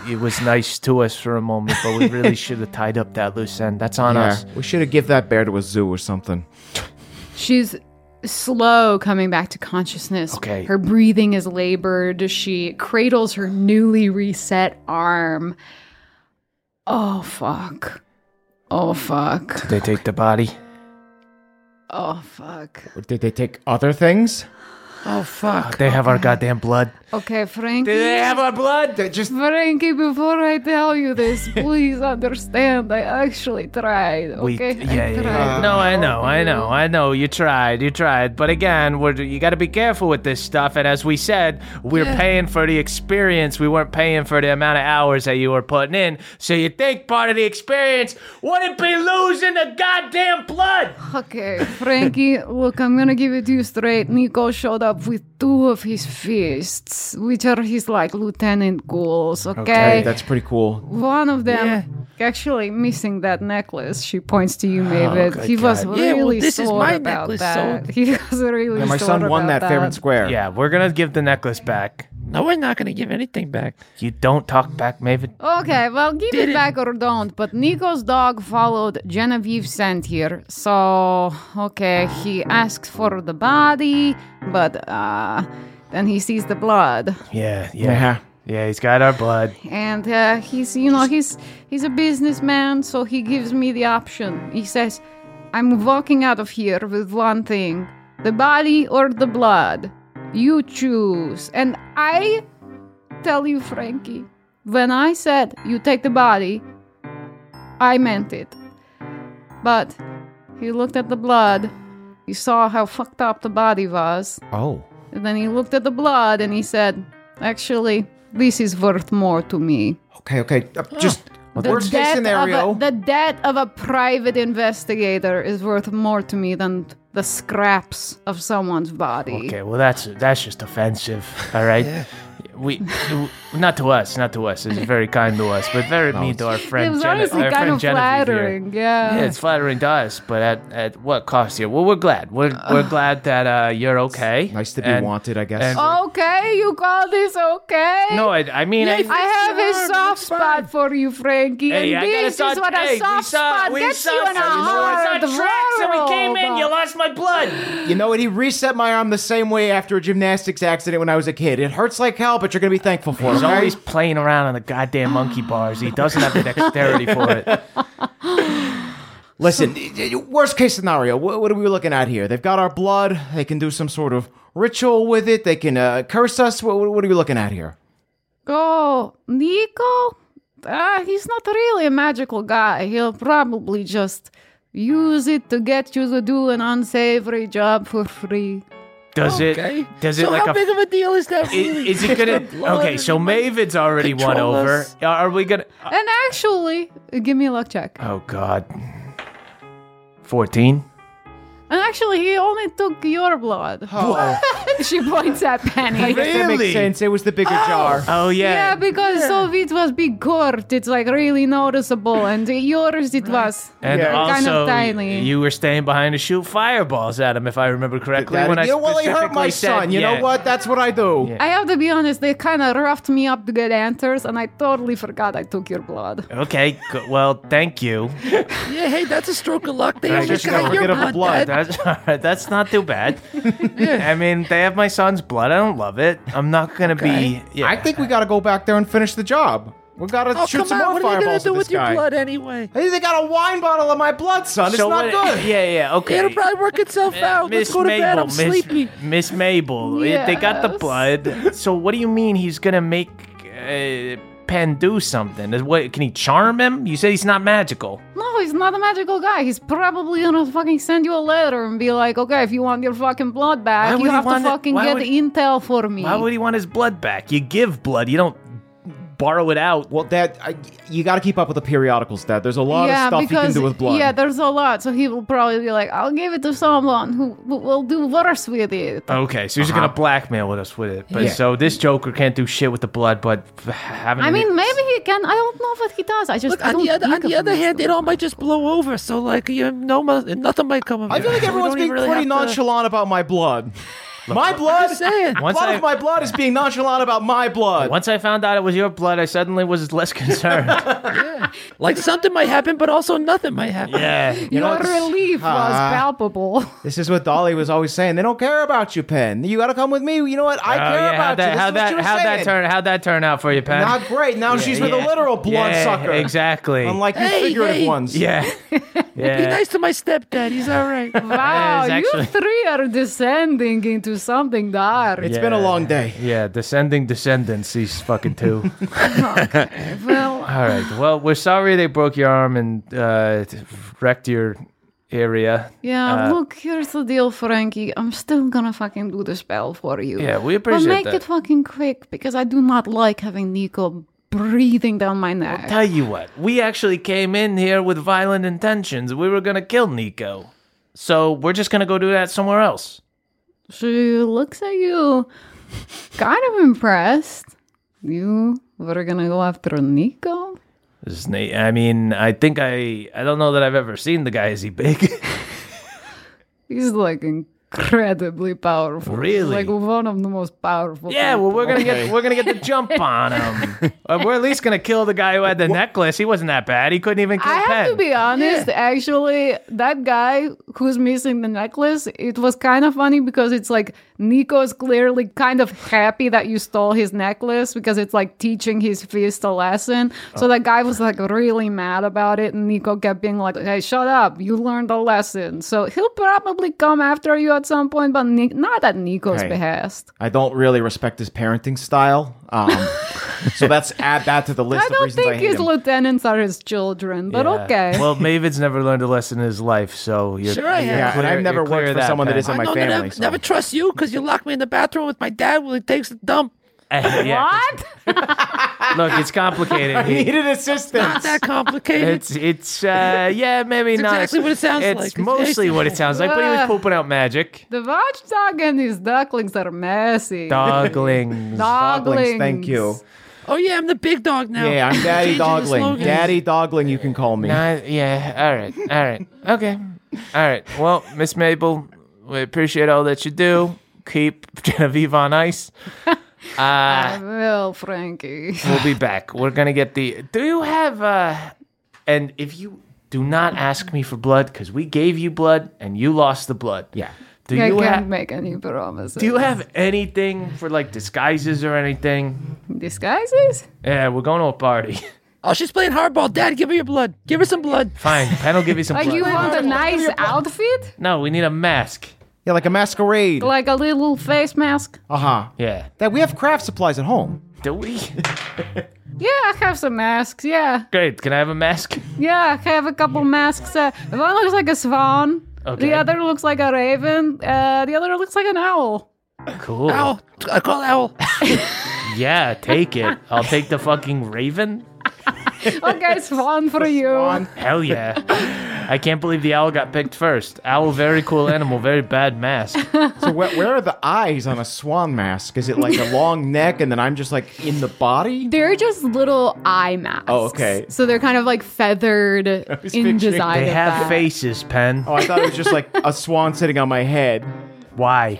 D: it was nice to us for a moment, but we really should have tied up that loose end. That's on
E: Yeah,
D: us.
E: we should have give that bear to a zoo or something.
G: She's slow coming back to consciousness.
E: Okay.
G: Her breathing is labored. She cradles her newly reset arm. Oh, fuck. Oh, fuck.
D: Did they take the body?
G: Oh, fuck.
E: Did they take other things?
G: Oh, fuck.
D: they have our goddamn blood.
G: Okay, Frankie.
D: Do they have our blood?
E: just
G: Frankie, before I tell you this, please understand. I actually tried. Okay,
D: We,
G: I
D: yeah, yeah,
G: tried.
D: yeah. No, I know, I know, I know. You tried, you tried. But again, we're, you got to be careful with this stuff. And as we said, we're
G: Yeah.
D: paying for the experience. We weren't paying for the amount of hours that you were putting in. So you think part of the experience wouldn't be losing the goddamn blood.
G: Okay, Frankie, look, I'm gonna give it to you straight. Nico showed up with two of his fists, which are his like lieutenant ghouls, okay?
E: that's pretty cool.
G: One of them actually missing that necklace. She points to
E: Ah,
G: you, Mavid.
E: good
G: he was
E: God.
G: really
E: Yeah, well, this
G: sore
E: is my
G: about
E: necklace,
G: that.
E: so-
G: He was really
E: Yeah, my
G: sore
E: son won
G: about
E: that fair and square.
D: Yeah, we're gonna give the necklace back.
O: No, we're not gonna give anything back.
D: You don't talk back, Maven.
G: Okay, well, give it back or don't. But Nico's dog followed Genevieve sent here. So, okay, he asks for the body, but uh, then he sees the blood.
D: Yeah, yeah, yeah. He's got our blood.
G: And uh, he's, you know, he's he's a businessman, so he gives me the option. He says, "I'm walking out of here with one thing: the body or the blood. You choose." And I tell you, Frankie, when I said you take the body, I meant it. But he looked at the blood. He saw how fucked up the body was.
H: Oh.
G: And then he looked at the blood and he said, Actually, this is worth more to me.
E: Okay, okay. uh, Just
G: The
E: worst case
G: death of a-
E: scenario.
G: the death of a private investigator is worth more to me than the scraps of someone's body.
D: Okay, well that's that's just offensive. All right. We, not to us, not to us. It's very kind to us, but very mean to our friend.
G: it was
D: Gene-
G: honestly
D: our
G: kind
D: friend
G: of
D: Genevieve here.
G: flattering. Yeah.
D: Yeah, it's flattering to us, but at, at what cost here? Well, we're glad. We're, we're glad that uh, you're okay. Nice
E: to be wanted, I guess.
G: okay, you call this okay?
D: no, I, I mean, I,
G: I have a soft spot for you, Frankie.
D: Hey,
G: and
D: I got a
G: this
D: soft-
G: is what a
D: hey, we
G: soft
D: saw-
G: spot
D: we
G: gets
D: saw
G: you in a
D: something. We saw
G: hard
D: tracks and we came in.
G: world.
D: You lost my blood.
E: You know what? He reset my arm the same way after a gymnastics accident when I was a kid. It hurts like hell, but you're gonna be thankful for
D: He's
E: it. okay?
D: always playing around on the goddamn monkey bars. He doesn't have the dexterity for it.
E: Listen, y- y- worst case scenario, wh- what are we looking at here? They've got our blood. They can do some sort of ritual with it. They can uh, curse us. What, what are we looking at here?
G: Oh, Nico? Uh, he's not really a magical guy. He'll probably just use it to get you to do an unsavory job for free.
D: Does
O: Okay.
D: it? Does it
O: so
D: like
O: how
D: a
O: big of a deal is that? Really?
D: Is it
O: The
D: gonna?
O: blood
D: Okay, so Mavid's already won
O: Control
D: over.
O: us.
D: Are we gonna?
G: And actually, give me a luck check.
D: Oh God. Fourteen.
G: And actually, he only took your blood. she points at Penny.
E: I guess that makes sense. It was the bigger jar.
D: Oh
G: Yeah, because Soviet was big court. It's like really noticeable, and yours it was
D: And also,
G: kind of tiny.
D: you were staying behind to shoot fireballs at him, if I remember correctly.
E: That-
D: when I
E: you know, well, he hurt my
D: specifically said-
E: son. You
D: yeah.
E: know what? That's what I do.
G: I have to be honest, they kind of roughed me up to get answers, and I totally forgot I took your blood.
D: Okay. Good. Well, thank you.
O: Yeah, hey, that's a stroke of luck. They
D: I
O: almost
D: just
O: got
D: got rid
O: your
D: of the
O: blood.
D: blood. That's, all right, that's not too bad. I mean, they have my son's blood. I don't love it. I'm not gonna be. Yeah.
E: I think we got to go back there and finish the job. We got to
O: Oh,
E: shoot
O: come
E: some
O: on.
E: more
O: What are you
E: fireballs
O: gonna
E: at
O: do
E: this
O: with
E: guy.
O: your blood anyway?
E: Hey, they got a wine bottle of my blood, son. It's
D: So
E: not
D: what-
E: good.
D: Yeah, yeah. Okay.
O: It'll probably work itself out. Let's
D: Miss
O: go to bed.
D: Mabel,
O: I'm
D: Miss,
O: sleepy.
D: Miss Mabel, it- they got the
G: Yes.
D: blood. So what do you mean he's gonna make uh, Penn do something? Is- What can he charm him? You said he's not magical.
G: No, he's not a magical guy. He's probably gonna fucking send you a letter and be like, okay, if you want your fucking blood
D: Why
G: back,
D: would
G: you
D: he
G: have to
D: want it-
G: fucking
D: why
G: get
D: would-
G: intel for me.
D: Why would he want his blood back? You give blood, you don't borrow it out.
E: Well, Dad, I, you got to keep up with the periodicals, Dad. There's a lot of stuff you can do with blood.
G: Yeah, there's a lot. So he will probably be like, I'll give it to someone who who will do worse with it.
D: Okay, so he's
E: Uh-huh.
D: gonna blackmail with us with it. But
E: Yeah.
D: so this Joker can't do shit with the blood, but having
G: I
D: it-
G: mean, maybe he can. I don't know what he does. I just
O: Look,
G: I
O: on
G: don't
O: the other, on
G: think
O: the
G: of
O: other
G: him as
O: hand,
G: the-
O: it all might just blow over. So like, you know, mo- nothing might come of
E: I
O: it.
E: feel like
O: We
E: everyone's
O: don't
E: being
O: even really
E: pretty
O: have to-
E: nonchalant about my blood. my blood.
D: Once
E: blood
D: I-
E: of my blood is being nonchalant about my blood.
D: Once I found out it was your blood, I suddenly was less concerned.
O: Like something might happen, but also nothing might happen.
D: Oh, Yeah.
E: You know,
G: Your
E: it's-
G: relief was
E: Ah.
G: palpable.
E: This is what Dolly was always saying. They don't care about you, Penn. You got to come with me. You know what? I
D: Oh,
E: care
D: yeah,
E: about
D: how'd that,
E: you. This
D: How'd
E: is
D: that,
E: what you were
D: how'd
E: saying.
D: that turn? How'd that turn out for you, Pen?
E: Not great. Now she's with a literal bloodsucker.
D: Yeah, exactly.
E: Unlike the
O: Hey,
E: figurative
O: hey.
E: ones.
D: Yeah.
O: Be
D: yeah.
O: nice to my stepdad. He's all right.
G: Wow,
D: That is
G: you
D: actually-
G: three are descending into something dark.
E: It's been a long day.
D: Yeah, descending descendants. He's fucking two.
G: well,
D: All right. Well, we're sorry they broke your arm and uh, wrecked your area.
G: yeah,
D: Uh,
G: look, here's the deal, Frankie. I'm still gonna fucking do the spell for you.
D: Yeah, we
G: But
D: appreciate
G: make
D: that.
G: it fucking quick because I do not like having Nico breathing down my neck.
D: Tell you what, we actually came in here with violent intentions. We were gonna kill Nico, so we're just gonna go do that somewhere else.
G: she looks at you kind of impressed. You were gonna go after Nico?
D: This is Nate- I mean, I think I I don't know that I've ever seen the guy. Is he big?
G: He's like incredibly powerful. He's,
D: Really?
G: like one of the most powerful.
D: yeah. Well, we're gonna
E: Okay.
D: get we're gonna get the jump on him. Uh, we're at least gonna kill the guy who had the necklace. He wasn't that bad. He couldn't even kill
G: I have to
D: Penn.
G: be honest, actually, that guy who's missing the necklace, it was kind of funny because it's like Nico is clearly kind of happy that you stole his necklace because it's like teaching his fist a lesson.
E: Oh.
G: So that guy was like really mad about it, and Nico kept being like, hey, shut up, you learned a lesson. So he'll probably come after you at some point, but Ni- not at Nico's
E: Hey.
G: behest.
E: I don't really respect his parenting style. Um, so that's add that to the list
G: I
E: of
G: don't
E: reasons
G: think
E: I hate
G: his
E: him.
G: lieutenants are his children, but
D: Yeah.
G: okay.
D: Well, Mavid's never learned a lesson in his life, so you're,
O: Sure I
D: you're
O: have.
E: Yeah, and I've
D: you're
E: never worked
D: clear of
E: for someone that
D: Penn.
E: isn't my
O: no,
E: family,
O: Never,
E: so-
O: never trust you because you lock me in the bathroom with my dad while he takes a dump.
D: yeah,
G: what?
D: look, it's complicated.
E: I needed assistance.
O: Not that complicated.
D: It's it's uh yeah maybe
O: It's
D: not
O: exactly what it sounds
D: it's
O: like. It's
D: mostly what it sounds like, but he was pooping out magic.
G: The watchdog and his ducklings are messy.
D: Doglings.
G: Doglings.
E: Doglings, thank you.
O: oh yeah, I'm the big dog now.
E: Yeah, I'm Daddy
O: Changing the
E: Dogling.
O: slogans.
E: Daddy Dogling, you can call me.
D: Nah, yeah. All right. All right. Okay. All right. Well, Miss Mabel, we appreciate all that you do. Keep Genevieve on ice. Uh,
G: Well, Frankie.
D: we'll be back. We're gonna get the. Do you have? uh And if you do not ask me for blood, because we gave you blood and you lost the blood.
E: Yeah.
D: Do
G: I
D: you
G: can't
D: have?
G: make any promises.
D: Do you have anything for like disguises or anything?
G: disguises?
D: Yeah, we're going to a party.
O: Oh, she's playing hardball. Dad, give her your blood. Give her some blood.
D: Fine, Penn will give you some
G: Like
D: blood.
G: you want a nice outfit?
D: no, we need a mask.
E: Yeah, like a masquerade.
G: Like a little face mask?
E: Uh huh.
D: Yeah.
E: That we have craft supplies at home.
D: Do we?
G: Yeah, I have some masks. Yeah.
D: Great. Can I have a mask?
G: Yeah, I have a couple masks. Uh, one looks like a swan.
D: Okay.
G: The other looks like a raven. Uh, the other looks like an owl.
D: Cool.
O: Owl. I call owl.
D: Yeah, take it. I'll take the fucking raven.
G: Okay, swan for you.
D: Hell yeah. I can't believe the owl got picked first. Owl, very cool animal, very bad mask.
E: So where, where are the eyes on a swan mask? Is it like a long neck and then I'm just like in the body?
G: They're just little eye masks.
E: Oh, okay.
G: So they're kind of like feathered
E: was
G: in
E: picturing-
G: design.
D: They
G: of
D: have
G: that.
D: faces, Pen.
E: Oh, I thought it was just like a swan sitting on my head.
D: Why?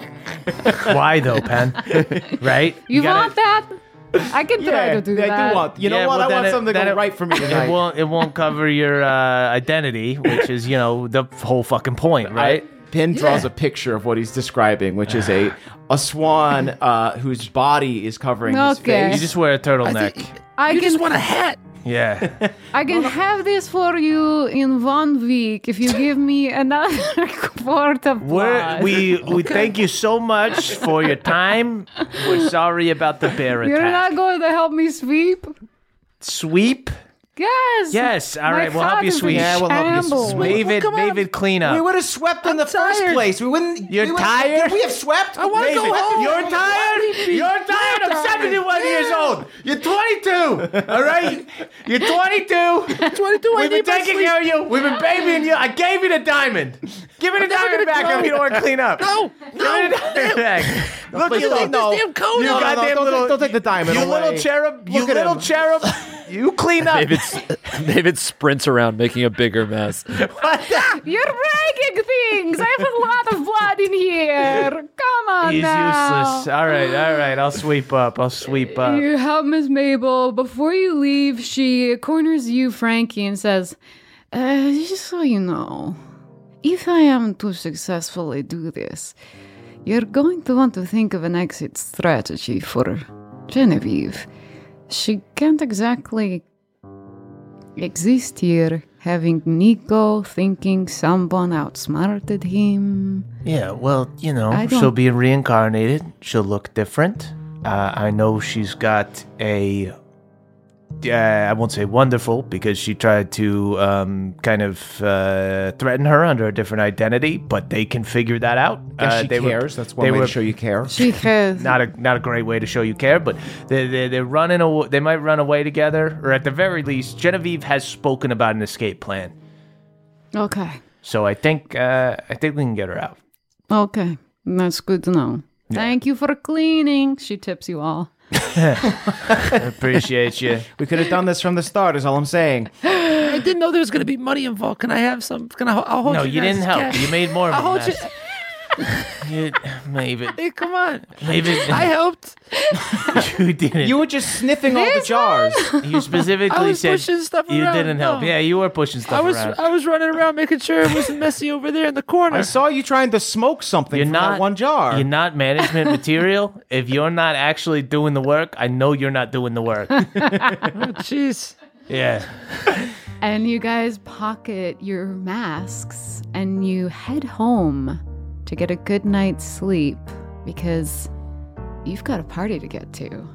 D: Why though, Pen? Right?
G: You,
D: gotta-
G: want that? I can try to do
E: I
G: that.
E: do want. You know
D: Yeah,
E: what?
D: well,
E: I
D: then
E: want
D: it-
E: something to
D: then
E: go
D: it-
E: right for me
D: It
E: tonight.
D: won't. It won't cover your uh, identity, which is you know the whole fucking point, right?
E: Pin draws a picture of what he's describing, which is a a swan uh, whose body is covering his
G: Okay.
E: face.
D: you just wear a
O: I
D: turtleneck.
O: think-
G: I
O: you just
G: can-
O: want a hat.
D: yeah.
G: I can have this for you in one week if you give me another quart of
D: We're,
G: blood.
D: we we thank you so much for your time. We're sorry about the bear attack.
G: You're not going to help me sweep?
D: sweep.
G: Yes.
D: Yes. All
G: My
D: right. We'll help you
G: father's in
D: sweep.
E: Yeah, we'll help you
G: shambles.
E: sweep.
D: Mavid, Mavid, clean
E: we
D: up.
E: would have swept in the first
O: tired.
E: place. We wouldn't.
D: You're
E: we would've-
D: tired?
E: Could We have swept. I
O: wanna go home.
E: You're tired. You're tired. I'm 71 years old. You're 22. All right. You're 22.
O: 22, I
E: We've been
O: need my
E: taking
O: sleep.
E: care of you. We've been babying you. I gave you the diamond. Give me the
O: never gonna
E: diamond back
O: go.
E: if you don't want to clean up.
O: No,
E: Give
O: no,
E: me the diamond back. Look,
O: please
E: you
O: don't.
E: little-
O: This damn coat
E: You
O: on.
E: goddamn
O: No, no,
E: little.
O: don't take-
E: the diamond
D: You little cherub. You little cherub. You clean up.
F: David, s- David sprints around making a bigger mess.
G: You're breaking things. I have a lot of blood in here. Come on
D: He's
G: now.
D: useless. All right, all right. I'll sweep up. I'll sweep up.
G: You help Miss Mabel. Before you leave, she corners you, Frankie, and says, uh, Just so you know, if I am to successfully do this, you're going to want to think of an exit strategy for Genevieve. She can't exactly exist here having Nico thinking someone outsmarted him.
D: Yeah, well, you
G: I
D: know,
G: don't-
D: she'll be reincarnated. She'll look different. Uh, I know she's got a. Uh, I won't say wonderful because she tried to um, kind of uh, threaten her under a different identity, but they can figure that out.
E: Yeah,
D: uh,
E: she
D: they were-
E: cares. That's one
D: they
E: way to
D: were-
E: show you care.
G: She cares.
D: not a not a great way to show you care, but they they they're running aw- they might run away together, or at the very least, Genevieve has spoken about an escape plan.
G: Okay.
D: So I think uh, I think we can get her out.
G: Okay, that's good to know. Thank you for cleaning. She tips you all.
D: Appreciate you.
E: We could have done this from the start. Is all I'm saying.
O: I didn't know there was going to be money involved. Can I have some? Can I? ho- I'll hold
D: No,
O: you.
D: you
O: guys'
D: didn't help.
O: cash.
D: You made more of
O: I'll
D: a
O: hold
D: mess. You, maybe
O: you. Hey, come on.
D: Maybe-
O: I helped.
D: you didn't.
E: You were just sniffing all the jars.
D: You specifically
O: I was
D: said
O: pushing stuff
D: you
O: around.
D: didn't help.
O: No.
D: Yeah, you were pushing stuff
O: I was
D: around.
O: I was running around making sure it wasn't messy over there in the corner.
E: I saw you trying to smoke something
D: You're
E: from that
D: not-
E: one jar.
D: You're not management material. If you're not actually doing the work, I know you're not doing the work.
O: Jeez.
D: Yeah.
G: And you guys pocket your masks and you head home to get a good night's sleep because you've got a party to get to.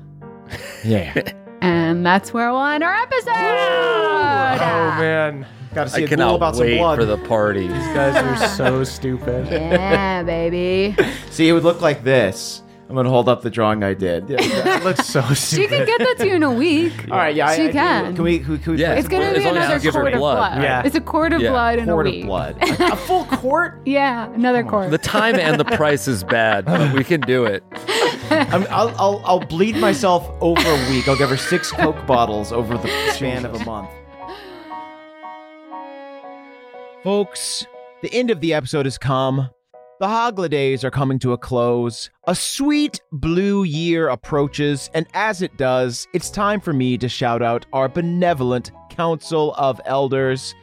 E: yeah.
G: And that's where we'll end our Ah,
D: Oh
G: episode.
D: man,
E: Got to
F: I
E: see a ghoul
F: cannot
E: about some
F: wait
E: blood.
F: for the party.
D: you guys are so stupid.
G: yeah, baby.
E: See, it would look like this. I'm gonna hold up the drawing I did. Yeah,
D: That looks so stupid.
G: She can get that to you in a week.
E: All right, yeah,
G: She
E: I, I,
G: can.
E: Can we? Can we, can we
F: Yeah,
E: put
G: It's
E: some
G: gonna
F: As
G: be
F: long as
G: another
F: you give her
G: quart of
F: blood.
G: blood.
D: Yeah.
G: It's a quart of
F: Yeah.
G: blood in
E: quart
G: a
E: of
G: week.
E: blood. a full quart.
G: Yeah, another quart.
F: The time and the price is bad, but we can do it.
E: I'm, I'll, I'll I'll bleed myself over a week. I'll give her six Coke bottles over the span of a month.
H: Folks, the end of the episode has come. The holidays are coming to a close. A sweet blue year approaches, and as it does, it's time for me to shout out our benevolent Council of Elders.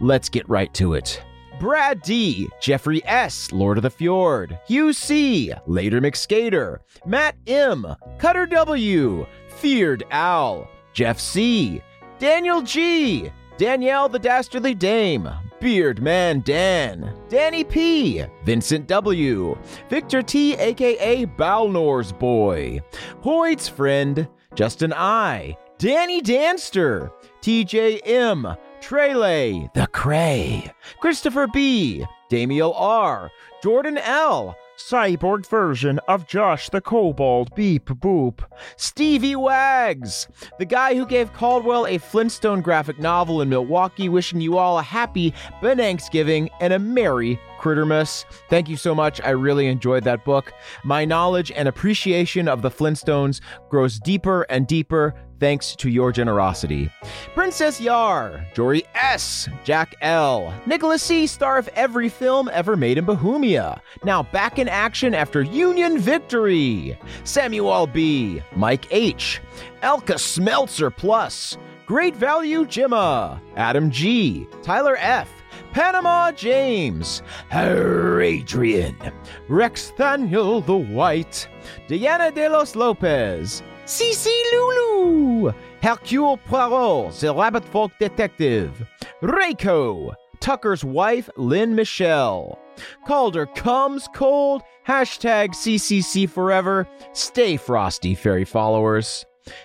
H: Let's get right to it. Brad D, Jeffrey S, Lord of the Fjord, Hugh C, Later McSkater, Matt M, Cutter W, Feared Owl, Jeff C, Daniel G, Danielle the Dastardly Dame, Beard Man Dan, Danny P, Vincent W, Victor T, aka Balnor's Boy, Hoyt's Friend, Justin I, Danny Danster, TJM, Trele, The Cray, Christopher B, Damio R, Jordan L, Cyborg version of Josh the Kobold, beep boop. Stevie Wags, the guy who gave Caldwell a Flintstone graphic novel in Milwaukee, wishing you all a happy Thanksgiving and a merry Crittermas. Thank you so much. I really enjoyed that book. My knowledge and appreciation of the Flintstones grows deeper and deeper thanks to your generosity. Princess Yar, Jory S, Jack L, Nicholas C, star of every film ever made in Bohemia, now back in action after Union victory. Samuel B, Mike H, Elka Smeltzer Plus, Great Value Jimma, Adam G, Tyler F, Panama James, Adrian, Rex Thaniel the White, Diana de los Lopez, CC Lulu, Hercule Poirot, the Rabbit Folk Detective, Reiko, Tucker's wife, Lynn Michelle, Calder comes cold, hashtag CCC forever, stay frosty, fairy followers.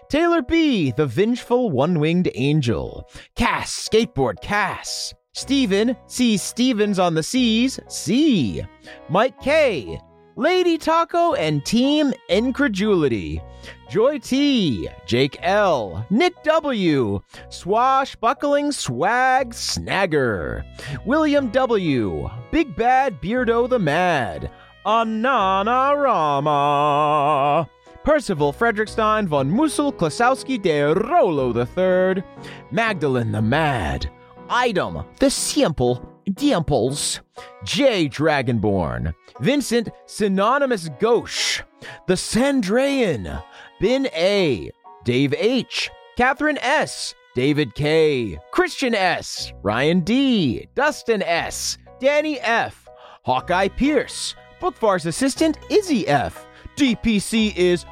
H: Taylor B, the vengeful one winged angel. Cass, skateboard Cass. Steven, C. Stevens on the Seas, C. Mike K. Lady Taco and Team Incredulity. Joy T. Jake L. Nick W. Swashbuckling Swag Snagger. William W. Big Bad Beardo the Mad. Anana Rama. Percival Frederickstein von Mussel Klasowski de Rolo III, Magdalene the Mad, Item the Simple, Dimples, J. Dragonborn, Vincent Synonymous Gauche, The Sandrayan, Ben A., Dave H., Catherine S., David K., Christian S., Ryan D., Dustin S., Danny F., Hawkeye Pierce, Bookvar's assistant Izzy F. DPC is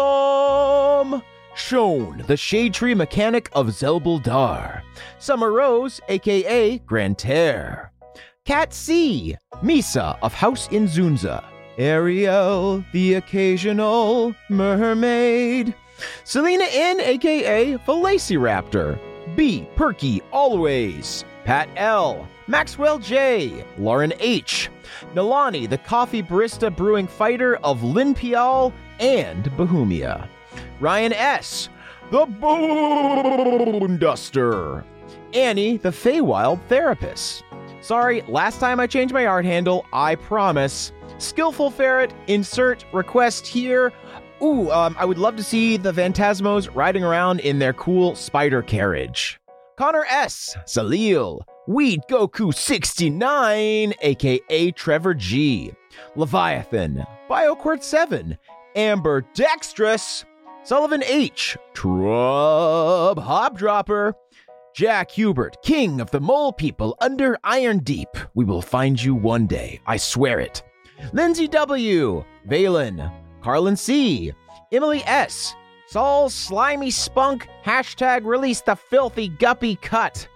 H: awesome! Shone, the shade tree mechanic of Zelbaldar. Summer Rose, aka Grand Terre. Cat C, Misa of House Inzunza. Ariel, the occasional mermaid. Selena N, aka Velociraptor. B, Perky, always. Pat L, Maxwell J, Lauren H, Nalani, the coffee barista brewing fighter of Lin Pial and Bohemia. Ryan S, the Bone Duster. Annie, the Feywild therapist. Sorry, last time I changed my art handle, I promise. Skillful Ferret, insert request here. Ooh, um, I would love to see the Phantasmos riding around in their cool spider carriage. Connor S. Salil. Weed Goku 69, aka Trevor G. Leviathan. BioQuart 7. Amber Dextrous. Sullivan H. Trub Hobdropper. Jack Hubert, King of the Mole People under Iron Deep. We will find you one day. I swear it. Lindsay W. Valen. Carlin C. Emily S. Saul Slimy Spunk. Hashtag release the filthy guppy cut.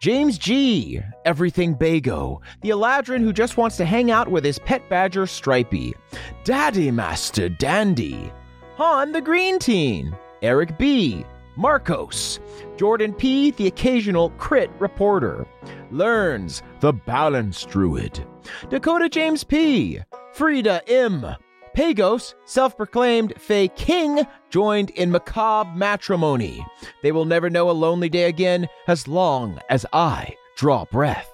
H: James G. Everything Bago. The Eladrin who just wants to hang out with his pet badger Stripey. Daddy Master Dandy. Han the Green Teen. Eric B. Marcos. Jordan P., the occasional crit reporter. Learns, the balance druid. Dakota James P., Frida M. Pagos, self proclaimed Fey King, joined in macabre matrimony. They will never know a lonely day again as long as I draw breath.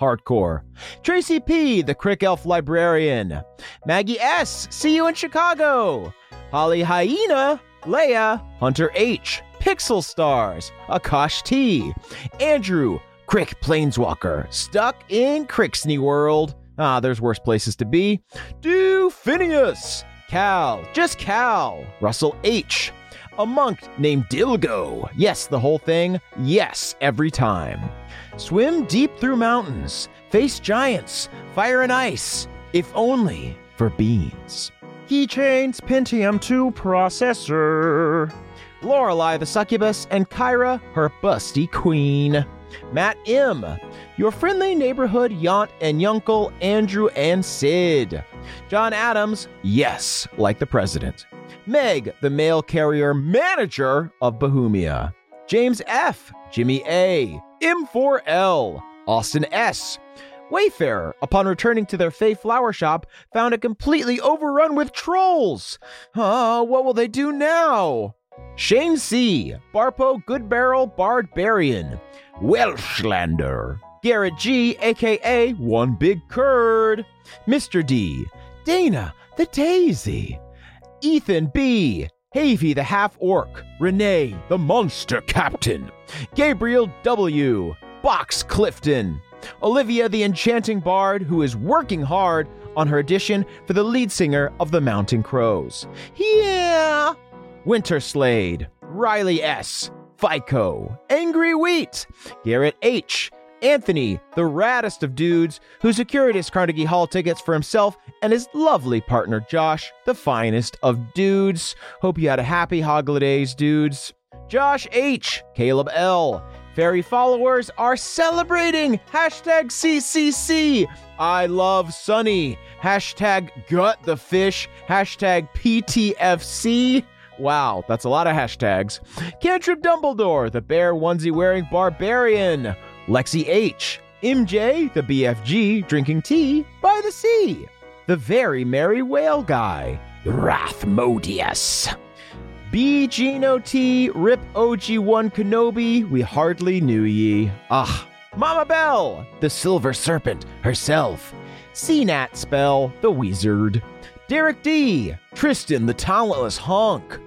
H: Hardcore. Tracy P., the Crick Elf Librarian. Maggie S., see you in Chicago. Holly Hyena, Leia, Hunter H., Pixel Stars, Akash T., Andrew, Crick Planeswalker, stuck in Crixney World. Ah, there's worse places to be. Do Phineas, Cal, just Cal, Russell H., a monk named Dilgo. Yes, the whole thing. Yes, every time. Swim deep through mountains, face giants, fire and ice, if only for beans. Keychains Pentium 2 processor. Lorelei the succubus and Kyra, her busty queen. Matt M., your friendly neighborhood yaunt and yunkle Andrew and Sid. John Adams, yes, like the president. Meg, the mail carrier manager of Bohemia. James F., Jimmy A., M4L, Austin S., Wayfarer, upon returning to their Fay flower shop, found it completely overrun with trolls. Huh, what will they do now? Shane C., Barpo Goodbarrel Barbarian, Welshlander, Garrett G., aka One Big Curd, Mr. D., Dana the Daisy, Ethan B., Havy the Half Orc, Renee the Monster Captain, Gabriel W., Box Clifton, Olivia the Enchanting Bard, who is working hard on her audition for the lead singer of the Mountain Crows. Yeah! Winterslade, Riley S., FICO, Angry Wheat, Garrett H., Anthony, the raddest of dudes, who secured his Carnegie Hall tickets for himself and his lovely partner Josh, the finest of dudes. Hope you had a happy holidays, dudes. Josh H., Caleb L., Fairy followers are celebrating! Hashtag CCC! I love Sunny! Hashtag gut the fish! Hashtag PTFC! Wow, that's a lot of hashtags. Cantrip Dumbledore, the bear onesie wearing barbarian. Lexi H. MJ, the BFG, drinking tea by the sea. The very merry whale guy. Rathmodius. B Gino T, Rip OG1 Kenobi, we hardly knew ye. Ah, Mama Bell, the Silver Serpent herself. CNAT Spell, the Wizard. Derek D, Tristan the Talentless Honk,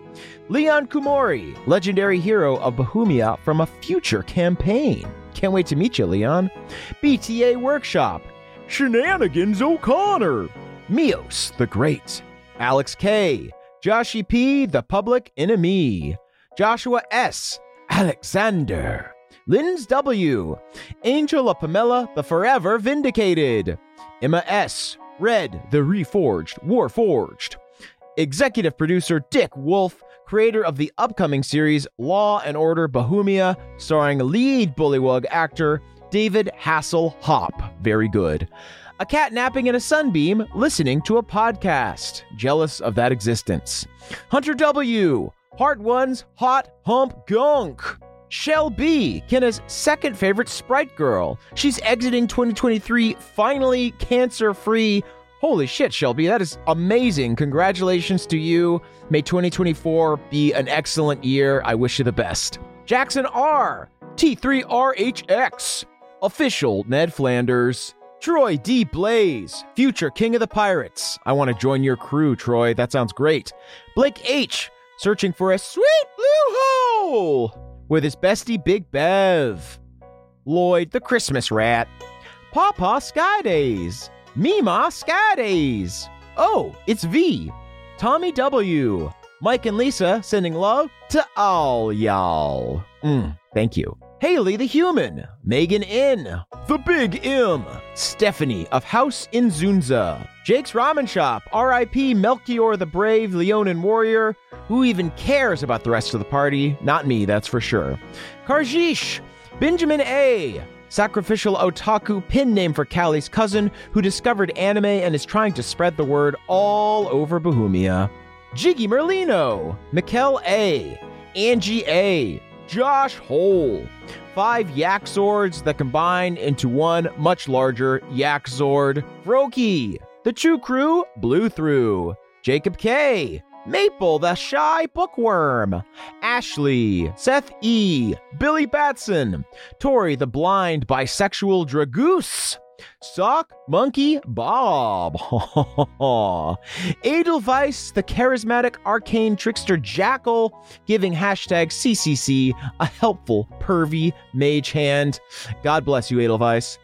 H: Leon Kumori, legendary hero of Bohemia from a future campaign. Can't wait to meet you, Leon. BTA Workshop, Shenanigans O'Connor, Mios the Great, Alex K, Joshie P, the Public Enemy, Joshua S, Alexander, Linz W, Angel of Pamela, the Forever Vindicated, Emma S, Red, the Reforged, Warforged, executive producer Dick Wolf, creator of the upcoming series Law and Order Bohemia, starring lead Bullywug actor David Hassel Hop. Very good. A cat napping in a sunbeam, listening to a podcast. Jealous of that existence. Hunter W. Hard One's Hot Hump Gunk. Shell B, Kenna's second favorite sprite girl. She's exiting 2023 finally cancer free, Holy shit, Shelby, that is amazing. Congratulations to you. May 2024 be an excellent year. I wish you the best. Jackson R, T3RHX, official Ned Flanders. Troy D. Blaze, future King of the Pirates. I want to join your crew, Troy. That sounds great. Blake H, searching for a sweet blue hole with his bestie Big Bev. Lloyd, the Christmas rat. Papa Sky Days. Mima Sky Days. Oh, it's V. Tommy W. Mike and Lisa sending love to all y'all. Mm, thank you. Haley the Human. Megan N. The Big M. Stephanie of House in Zunza. Jake's Ramen Shop. R.I.P. Melchior the Brave, Leonin Warrior. Who even cares about the rest of the party? Not me, that's for sure. Karjish. Benjamin A. Sacrificial otaku pin name for Callie's cousin who discovered anime and is trying to spread the word all over Bohemia. Jiggy Merlino, Mikkel A, Angie A, Josh Hole. Five yak swords that combine into one much larger yak zord. Froki, the True Crew, Blew Through. Jacob K, Maple the Shy Bookworm, Ashley, Seth E, Billy Batson, Tori the Blind Bisexual Dragoose, Sock Monkey Bob, Edelweiss the Charismatic Arcane Trickster Jackal, giving hashtag CCC a helpful pervy mage hand. God bless you, Edelweiss.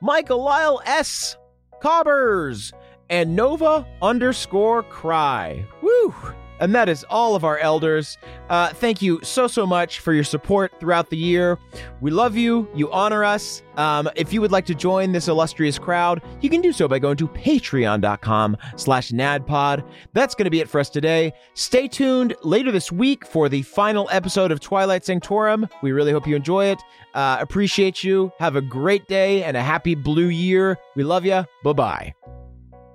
H: Michael Lyle S, Cobbers, and Nova underscore cry. Woo! And that is all of our elders. Uh, thank you so, so much for your support throughout the year. We love you. You honor us. Um, if you would like to join this illustrious crowd, you can do so by going to patreon.com slash nadpod. That's going to be it for us today. Stay tuned later this week for the final episode of Twilight Sanctorum. We really hope you enjoy it. Uh, appreciate you. Have a great day and a happy blue year. We love you. Bye-bye.